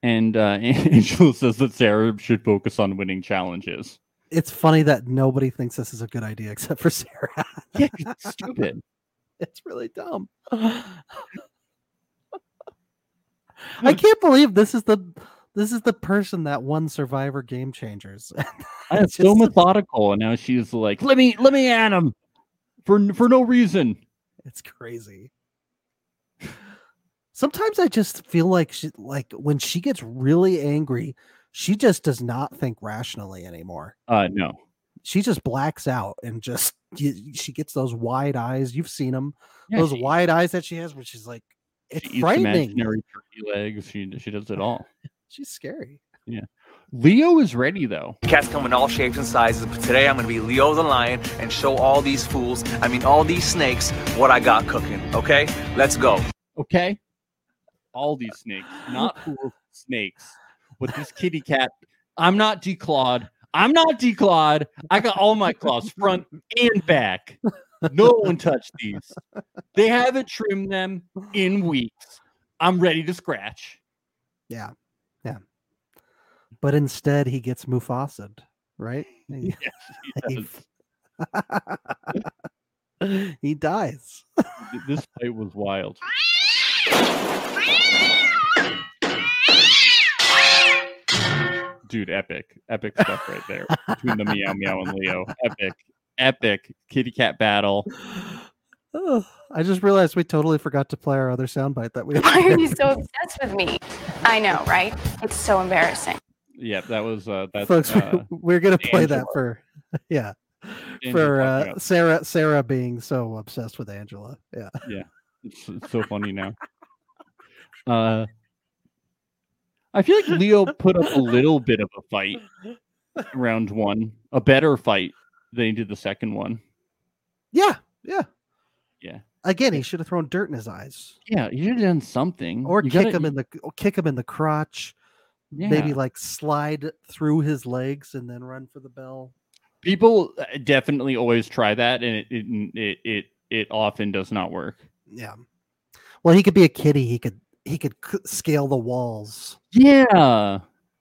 B: and uh angel says that sarah should focus on winning challenges
C: It's funny that nobody thinks this is a good idea except for Sarah.
B: yeah 'cause it's stupid
C: it's really dumb. I can't believe this is the this is the person that won Survivor Game Changers.
B: i'm
C: It's
B: so
C: just-
B: methodical and now she's like let me let me at him for n- for no reason
C: It's crazy. Sometimes I just feel like she like when she gets really angry, she just does not think rationally anymore.
B: uh no
C: She just blacks out and just y- she gets those wide eyes. You've seen them.
B: Yeah,
C: those
B: she-
C: wide eyes that she has, where she's like,
B: she
C: it's
B: eats
C: frightening.
B: imaginary turkey legs she she does it all
C: She's scary.
B: leo is ready though
G: Cats come in all shapes and sizes, but today I'm gonna be Leo the Lion and show all these fools, I mean all these snakes, what I got cooking, okay? Let's go.
B: okay? All these snakes, not poor snakes. With this kitty cat, I'm not declawed. I'm not declawed. I got all my claws, front and back. No one touched these. They haven't trimmed them in weeks. I'm ready to scratch.
C: Yeah. Yeah. But instead he gets mufasa right? He-
B: Yes, he does.
C: he dies.
B: Th- This fight was wild. Dude, epic. Epic stuff right there between the meow meow and Leo. Epic. Epic kitty cat battle.
C: Ugh, I just realized we totally forgot to play our other soundbite that we
E: Why are you so obsessed with me? I know, right? It's so embarrassing.
B: Yeah, that was uh that's
C: folks we're-
B: uh,
C: we're gonna play that
B: Angela.
C: for yeah
B: Angela
C: for
B: talking
C: uh,
B: about-
C: Sarah Sarah being so obsessed with Angela yeah
B: it's, it's so funny now. Uh I feel like Leo put up a little bit of a fight round one, a better fight than he did the second one.
C: yeah yeah
B: Yeah.
C: again he should have thrown dirt in his eyes
B: Yeah, you should have done something.
C: or
B: Mm, You
C: kick
B: gotta-
C: him in the or kick him in the crotch maybe
B: yeah.
C: like slide through his legs and then run for the bell
B: people uh, definitely always try that, and it it it it, it often does not work.
C: yeah well he could be a kitty he could he could c- scale the walls
B: Yeah.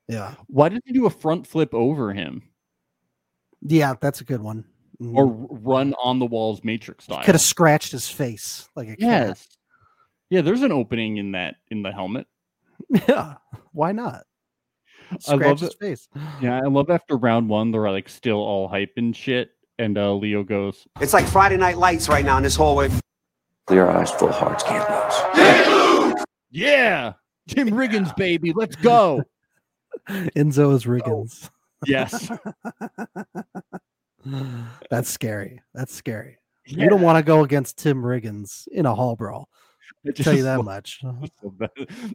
C: yeah
B: Why did they do a front flip over him
C: yeah that's a good one Mm.
B: or r- run on the walls matrix style?
C: could have scratched his face like a cat.
B: Yes. Yeah, there's an opening in that in the helmet.
C: Yeah, why not?
B: I love
C: Scratch his
B: it.
C: face.
B: Yeah, I love after round one they're like still all hype and shit, and uh, Leo goes,
J: It's like Friday Night Lights right now in this hallway.
I: Clear eyes, full hearts, can't lose.
B: "Yeah, Tim Riggins, baby, let's go."
C: Enzo is Riggins.
B: yes,
C: That's scary. That's scary.
B: Yeah.
C: You don't want to go against Tim Riggins in a hall brawl.
B: I
C: tell you
B: just
C: that
B: love
C: much.
B: that.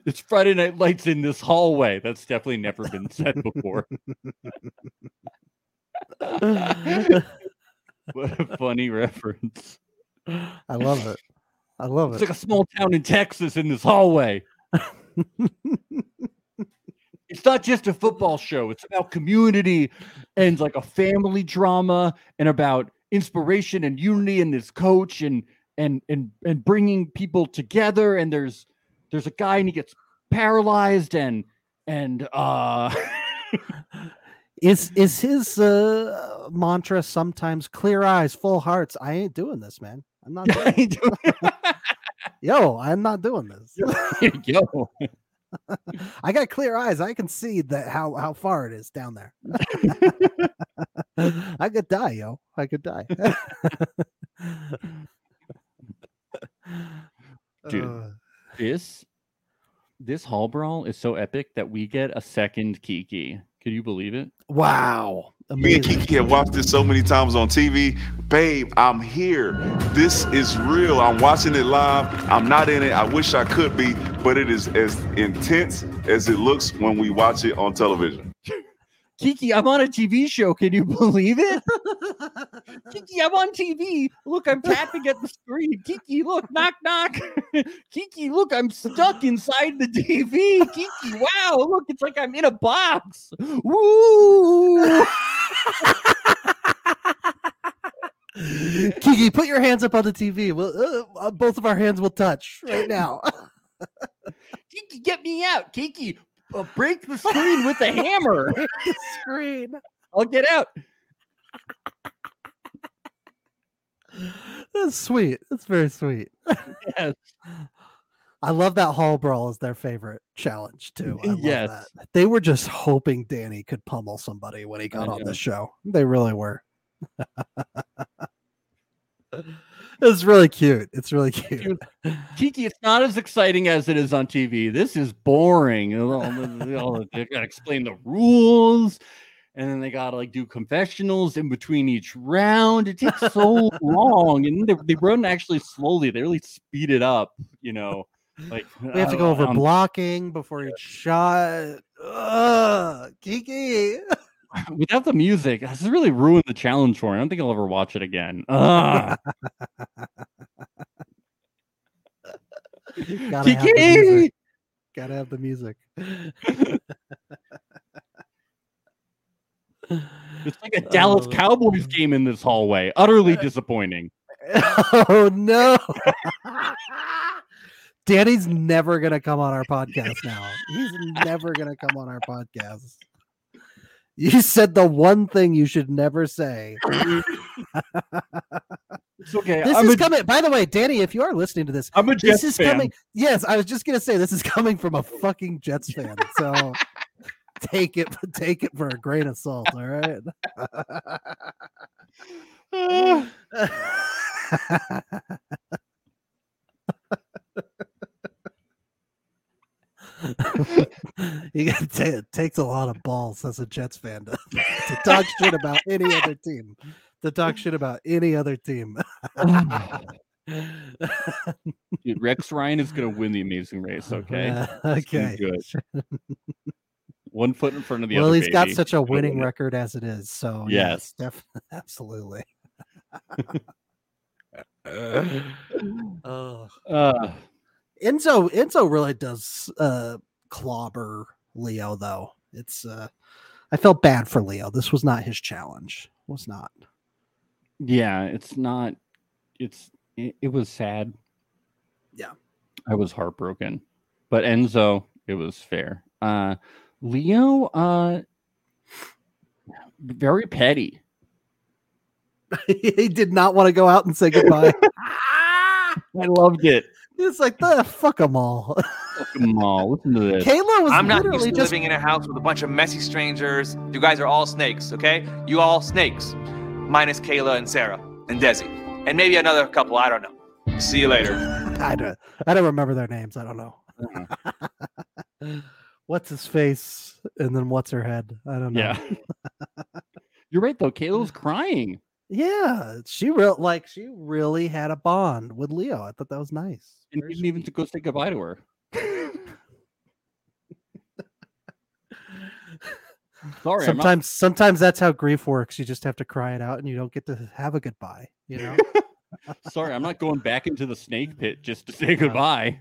B: It's Friday Night Lights in this hallway. That's definitely never been said before. what a funny reference.
C: I love it. I love
B: It's
C: it.
B: like a small town in Texas in this hallway. it's not just a football show, it's about community and like a family drama and about inspiration and unity and this coach and and and and bringing people together and there's there's a guy and he gets paralyzed and and uh
C: Is is his uh, mantra sometimes clear eyes, full hearts? I ain't doing this, man. I'm not. Doing
B: I don't-
C: Yo, I'm not doing this.
B: yo
C: I got clear eyes. I can see that how how far it is down there. I could die, yo. I could die.
B: Dude.
C: Uh,
B: this this hall brawl is so epic that we get a second Kiki. Could you believe it?
C: wow.
F: Me and
C: Amazing.
F: Kiki have watched this so many times on TV. Babe, I'm here. This is real. I'm watching it live. I'm not in it. I wish I could be, but it is as intense as it looks when we watch it on television.
B: Kiki, I'm on a TV show. Can you believe it? Kiki, I'm on TV. Look, I'm tapping at the screen. Kiki, look, knock, knock. Kiki, look, I'm stuck inside the TV. Kiki, wow, look, it's like I'm in a box. Woo!
C: Kiki, put your hands up on the TV. We'll, uh, uh, both of our hands will touch right now.
B: Kiki, get me out. Kiki, uh, break the screen with a hammer.
C: Screen.
B: I'll get out.
C: That's sweet. That's very sweet.
B: Yes.
C: I love that hall brawl is their favorite challenge too. I love
B: Yes.
C: that. They were just hoping Danny could pummel somebody when he got
B: I
C: on
B: know.
C: the show. They really were. it's really cute. It's really cute.
B: Kiki, it's not as exciting as it is on TV. This is boring. And all the- all the- They gotta explain the rules, and then they gotta like do confessionals in between each round. It takes so long, and they, they run actually slowly. They really speed it up. You know, like
C: We have to go
B: um,
C: over blocking before each shot. Ugh, Kiki.
B: without the music. This has really ruined the challenge for me. I don't think I'll ever watch it again. Ugh.
C: Gotta have the music.
B: Kiki,
C: Gotta have the music.
B: it's like a
C: I
B: Dallas
C: love it.
B: Cowboys game in this hallway. Utterly disappointing.
C: oh no. Danny's never gonna come on our podcast now. He's never gonna come on our podcast. You said the one thing you should never say.
B: It's okay.
C: This
B: I'm
C: is
B: a,
C: coming. By the way, Danny, if you are listening to this,
B: I'm a
C: this
B: Jets
C: is
B: fan.
C: coming. Yes, I was just gonna say this is coming from a fucking Jets fan. So take it, take it for a grain of salt. All right.
B: Ah.
C: you got ta it takes a lot of balls as a Jets fan to, to talk shit about any other team. To talk shit about any other team.
B: Dude, Rex Ryan is going to win the Amazing Race. Okay,
C: Yeah,
B: It's gonna
C: Uh, okay.
B: do it. one foot in front of the
C: Well,
B: other.
C: he's got
B: baby.
C: such a
B: Gonna win
C: winning
B: it.
C: record as it is. So
B: Yes.
C: def- absolutely.
B: Uh,
C: Enzo Enzo really does uh clobber Leo though. It's uh I felt bad for Leo. This was not his challenge. Was not.
B: yeah, it's not. It's it, it was sad.
C: Yeah.
B: I was heartbroken, but Enzo, it was fair. Uh, Leo, uh, very petty.
C: he did not want to go out and say goodbye.
B: I loved it.
C: it's like the fuck them all.
B: Fuck 'em all. Listen to this.
C: Kayla was
G: I'm not used
C: literally
G: to
C: just
G: living in a house with a bunch of messy strangers. You guys are all snakes, okay? You all snakes, minus Kayla and Sarah and Desi, and maybe another couple. I don't know. See you later.
C: I don't I don't remember their names. I don't know.
B: Uh-huh.
C: what's his face and then what's her head? I don't know.
B: Yeah. You're right though. Kayla's crying.
C: Yeah, she real like she really had a bond with Leo. I thought that was nice.
B: And he didn't even go say goodbye to her. Sorry, I'm not-
C: sometimes sometimes that's how grief works. You just have to cry it out, and you don't get to have a goodbye. You know.
B: Sorry, I'm not going back into the snake pit just to say goodbye.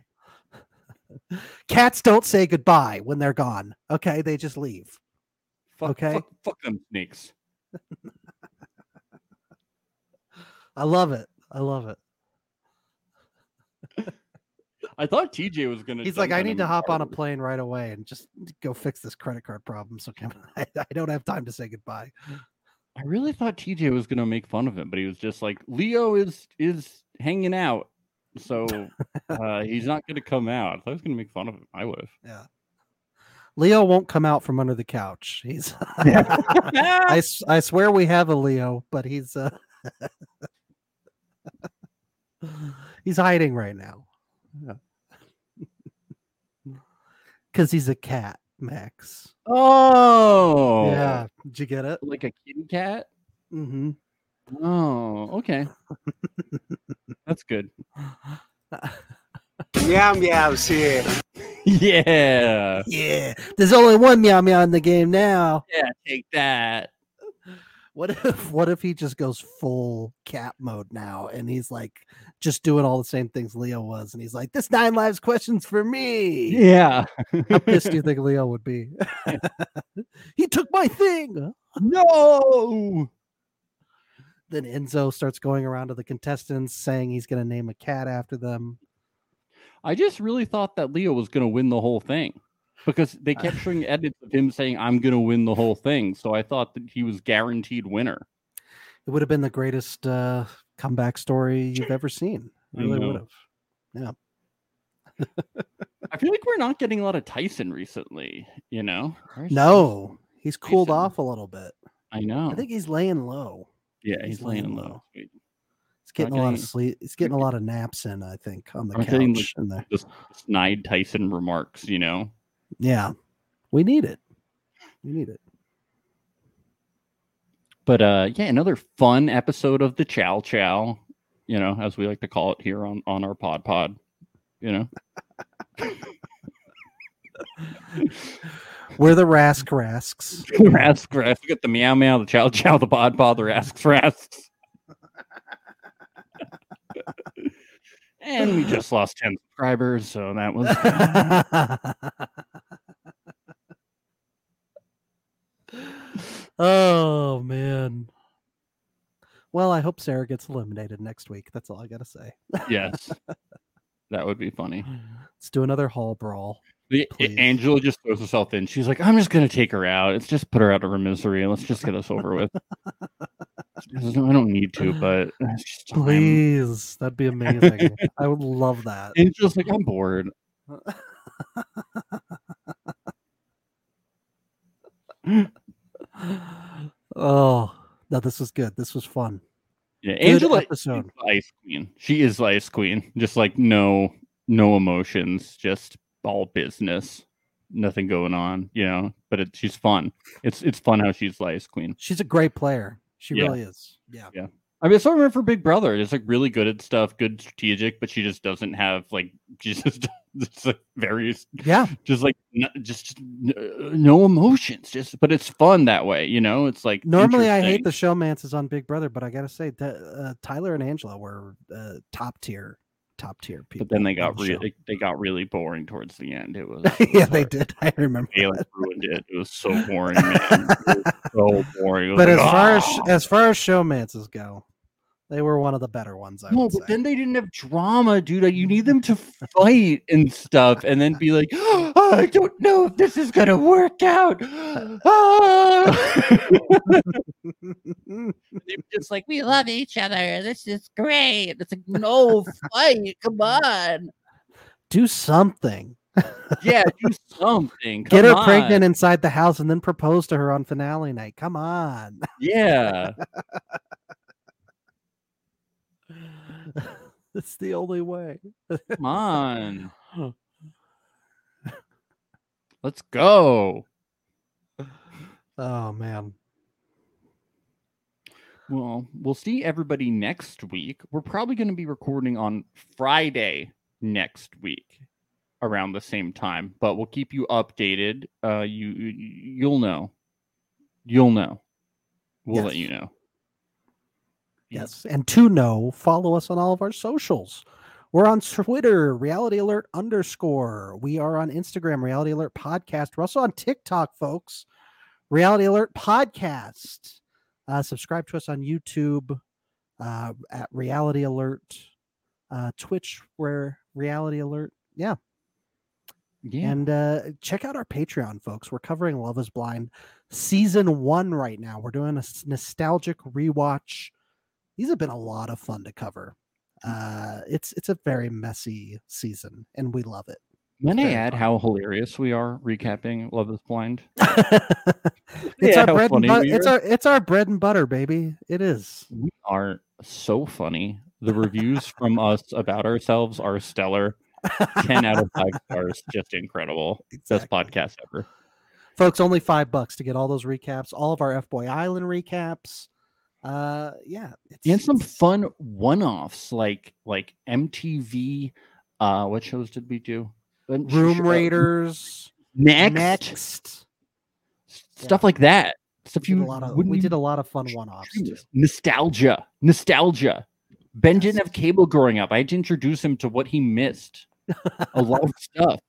C: Cats don't say goodbye when they're gone. Okay, they just leave.
B: Fuck,
C: Okay.
B: fuck, fuck them snakes.
C: I love it. I love it.
B: I thought TJ was gonna.
C: He's like,
B: jump
C: I
B: in
C: need
B: and
C: to hop on a
B: argue."
C: plane right away and just go fix this credit card problem. So can I, I don't have time to say goodbye.
B: I really thought TJ was gonna make fun of him, but he was just like, Leo is is hanging out, so uh, he's not gonna come out. I thought he was gonna make fun of him. I would
C: Leo won't come out from under the couch. He's I, s- I swear we have a Leo, but he's uh he's hiding right now. Cuz he's a cat, Max.
B: Oh,
C: Yeah, did you get it?
B: like a kitty cat.
C: Mhm.
B: Oh, okay. That's good.
D: Meow meows here.
B: Yeah.
C: Yeah, there's only one meow meow in the game now.
B: Yeah, take that.
C: What if what if he just goes full cat mode now and he's like just doing all the same things Leo was and he's like this nine lives questions for me.
B: Yeah.
C: How pissed do you think Leo would be? he took my thing.
B: no.
C: Then Enzo starts going around to the contestants saying he's going to name a cat after them.
B: I just really thought that Leo was going to win the whole thing because they kept showing edits of him saying, I'm going to win the whole thing. So I thought that he was guaranteed winner.
C: It would have been the greatest uh, comeback story you've ever seen.
B: I
C: Really
B: know.
C: would have.
B: I feel like we're not getting a lot of Tyson recently, you know? Where's
C: No, he's cooled
B: Jason.
C: off a little bit.
B: Tyson? I know.
C: I think he's laying low.
B: yeah, he's,
C: he's
B: laying
C: laying
B: low.
C: low. He's getting a lot of
B: getting-
C: sleep. He's getting a lot of naps in, I think, on the
B: I'm
C: couch.
B: getting, like,
C: and the-
B: Just snide Tyson remarks, you know?
C: yeah, we need it. We need it.
B: But uh, yeah, another fun episode of the Chow Chow, you know, as we like to call it here on, on our Pod Pod, you know?
C: We're the Rask Rasks.
B: Rask, Rask. We got the meow meow, the chow chow, the bod bod, the rasks, rasks. and we just lost 10 subscribers, so that was.
C: oh man. Well, I hope Sarah gets eliminated next week. That's all I gotta say.
B: yes. That would be funny.
C: Let's do another hall brawl.
B: The,
C: Please.
B: Angela just throws herself in. She's like, I'm just going to take her out. Let's just put her out of her misery. Let's just get this over with. She says, "No, I don't need to, but uh, it's just time."
C: Please, that'd be amazing. I would love that.
B: Angela's like, I'm bored.
C: oh no, this was good. This was fun.
B: Yeah,
C: Good
B: Angela is
C: episode.
B: the ice queen. She is the ice queen. Just like no, no emotions, just all business, nothing going on. You know, but it, she's fun. It's it's fun how she's the ice queen.
C: She's a great player. She
B: Yeah.
C: really is. Yeah.
B: I mean, it's sort of for Big Brother. It's like really good at stuff, good strategic, but she just doesn't have like she's just it's like very
C: Yeah.
B: just like n- just, just n- uh, no emotions. Just but it's fun that way. You know, it's like
C: Normally, I hate
B: interesting.
C: the showmances on Big Brother, but I gotta say that uh, Tyler and Angela were uh, top tier, top tier people.
B: But then they
C: on
B: got
C: the
B: really
C: show.
B: they got really boring towards the end. It was
C: yeah, they did. I remember.
B: They like, ruined it. It was so boring, man. It was so boring. It was
C: But as
B: like,
C: far as
B: "Ah."
C: as far as showmances go, they were one of the better ones. I
B: no,
C: would
B: but
C: say.
B: then they didn't have drama, dude. You need them to fight and stuff, and then be like, "Oh, "I don't know if this is gonna work out." Ah. They're just like, "We love each other. This is great." It's like, "No fight, come on."
C: do something.
B: Yeah, do something.
C: Get her
B: come on.
C: pregnant inside the house and then propose to her on finale night. Come on.
B: Yeah.
C: That's the only way.
B: Come on. Let's go.
C: Oh man.
B: Well, we'll see everybody next week. We're probably going to be recording on Friday next week around the same time, but we'll keep you updated. Uh you you- you'll know. You'll know. We'll let you know.
C: Yes. And to know, follow us on all of our socials. We're on Twitter, reality alert underscore. We are on Instagram, reality alert podcast. We're also on TikTok, folks, reality alert podcast. Uh, subscribe to us on YouTube uh, at reality alert, uh, Twitch, where reality alert. Yeah.
B: Yeah.
C: And uh, check out our Patreon, folks. We're covering Love is Blind season one right now. We're doing a s- nostalgic rewatch. These have been a lot of fun to cover.
B: Mm.
C: Uh, it's it's a very messy season, and we love it.
B: When I add how hilarious we are recapping Love is Blind.
C: It's
B: Yeah,
C: our
B: how
C: bread and
B: funny
C: butter.
B: we
C: It's
B: are.
C: our it's our bread and butter, baby. It is.
B: we are so funny. The reviews from us about ourselves are stellar. 10 out of 5 stars. Just incredible. Best podcast ever.
C: folks only five bucks to get all those recaps all of our f-boy island recaps uh yeah
B: And some fun one-offs like like MTV uh what shows did we do? Um, sh- sh-
C: room
B: uh,
C: raiders
B: Next,
C: next
B: stuff like that. Stuff
C: did
B: you
C: a lot of,
B: wouldn't
C: we
B: even
C: did a lot of fun one-offs
B: dream
C: too.
B: of. nostalgia. Nostalgia. Ben didn't have cable growing up. I had to introduce him to what he missed. A lot of stuff.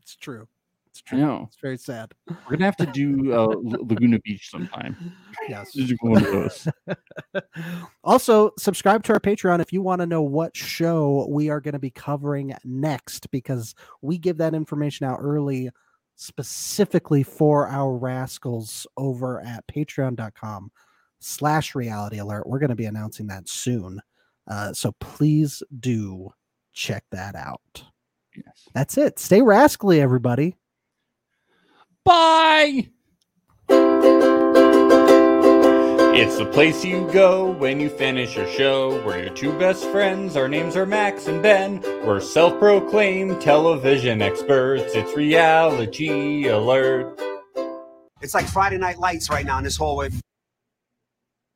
C: it's true it's
B: I
C: true
B: know.
C: it's very sad
B: We're gonna have to do uh, L- Laguna Beach sometime.
C: yes
B: Just do one of those.
C: also subscribe to our patreon if you want to know what show we are going to be covering next because we give that information out early specifically for our rascals over at patreon.com slash reality alert we're going to be announcing that soon uh, so please do check that out
B: Yes.
C: that's it stay rascally everybody
B: Bye.
A: It's the place you go when you finish your show. We're your two best friends. Our names are Max and Ben. We're self proclaimed television experts. It's reality alert.
J: It's like Friday Night Lights right now in this hallway.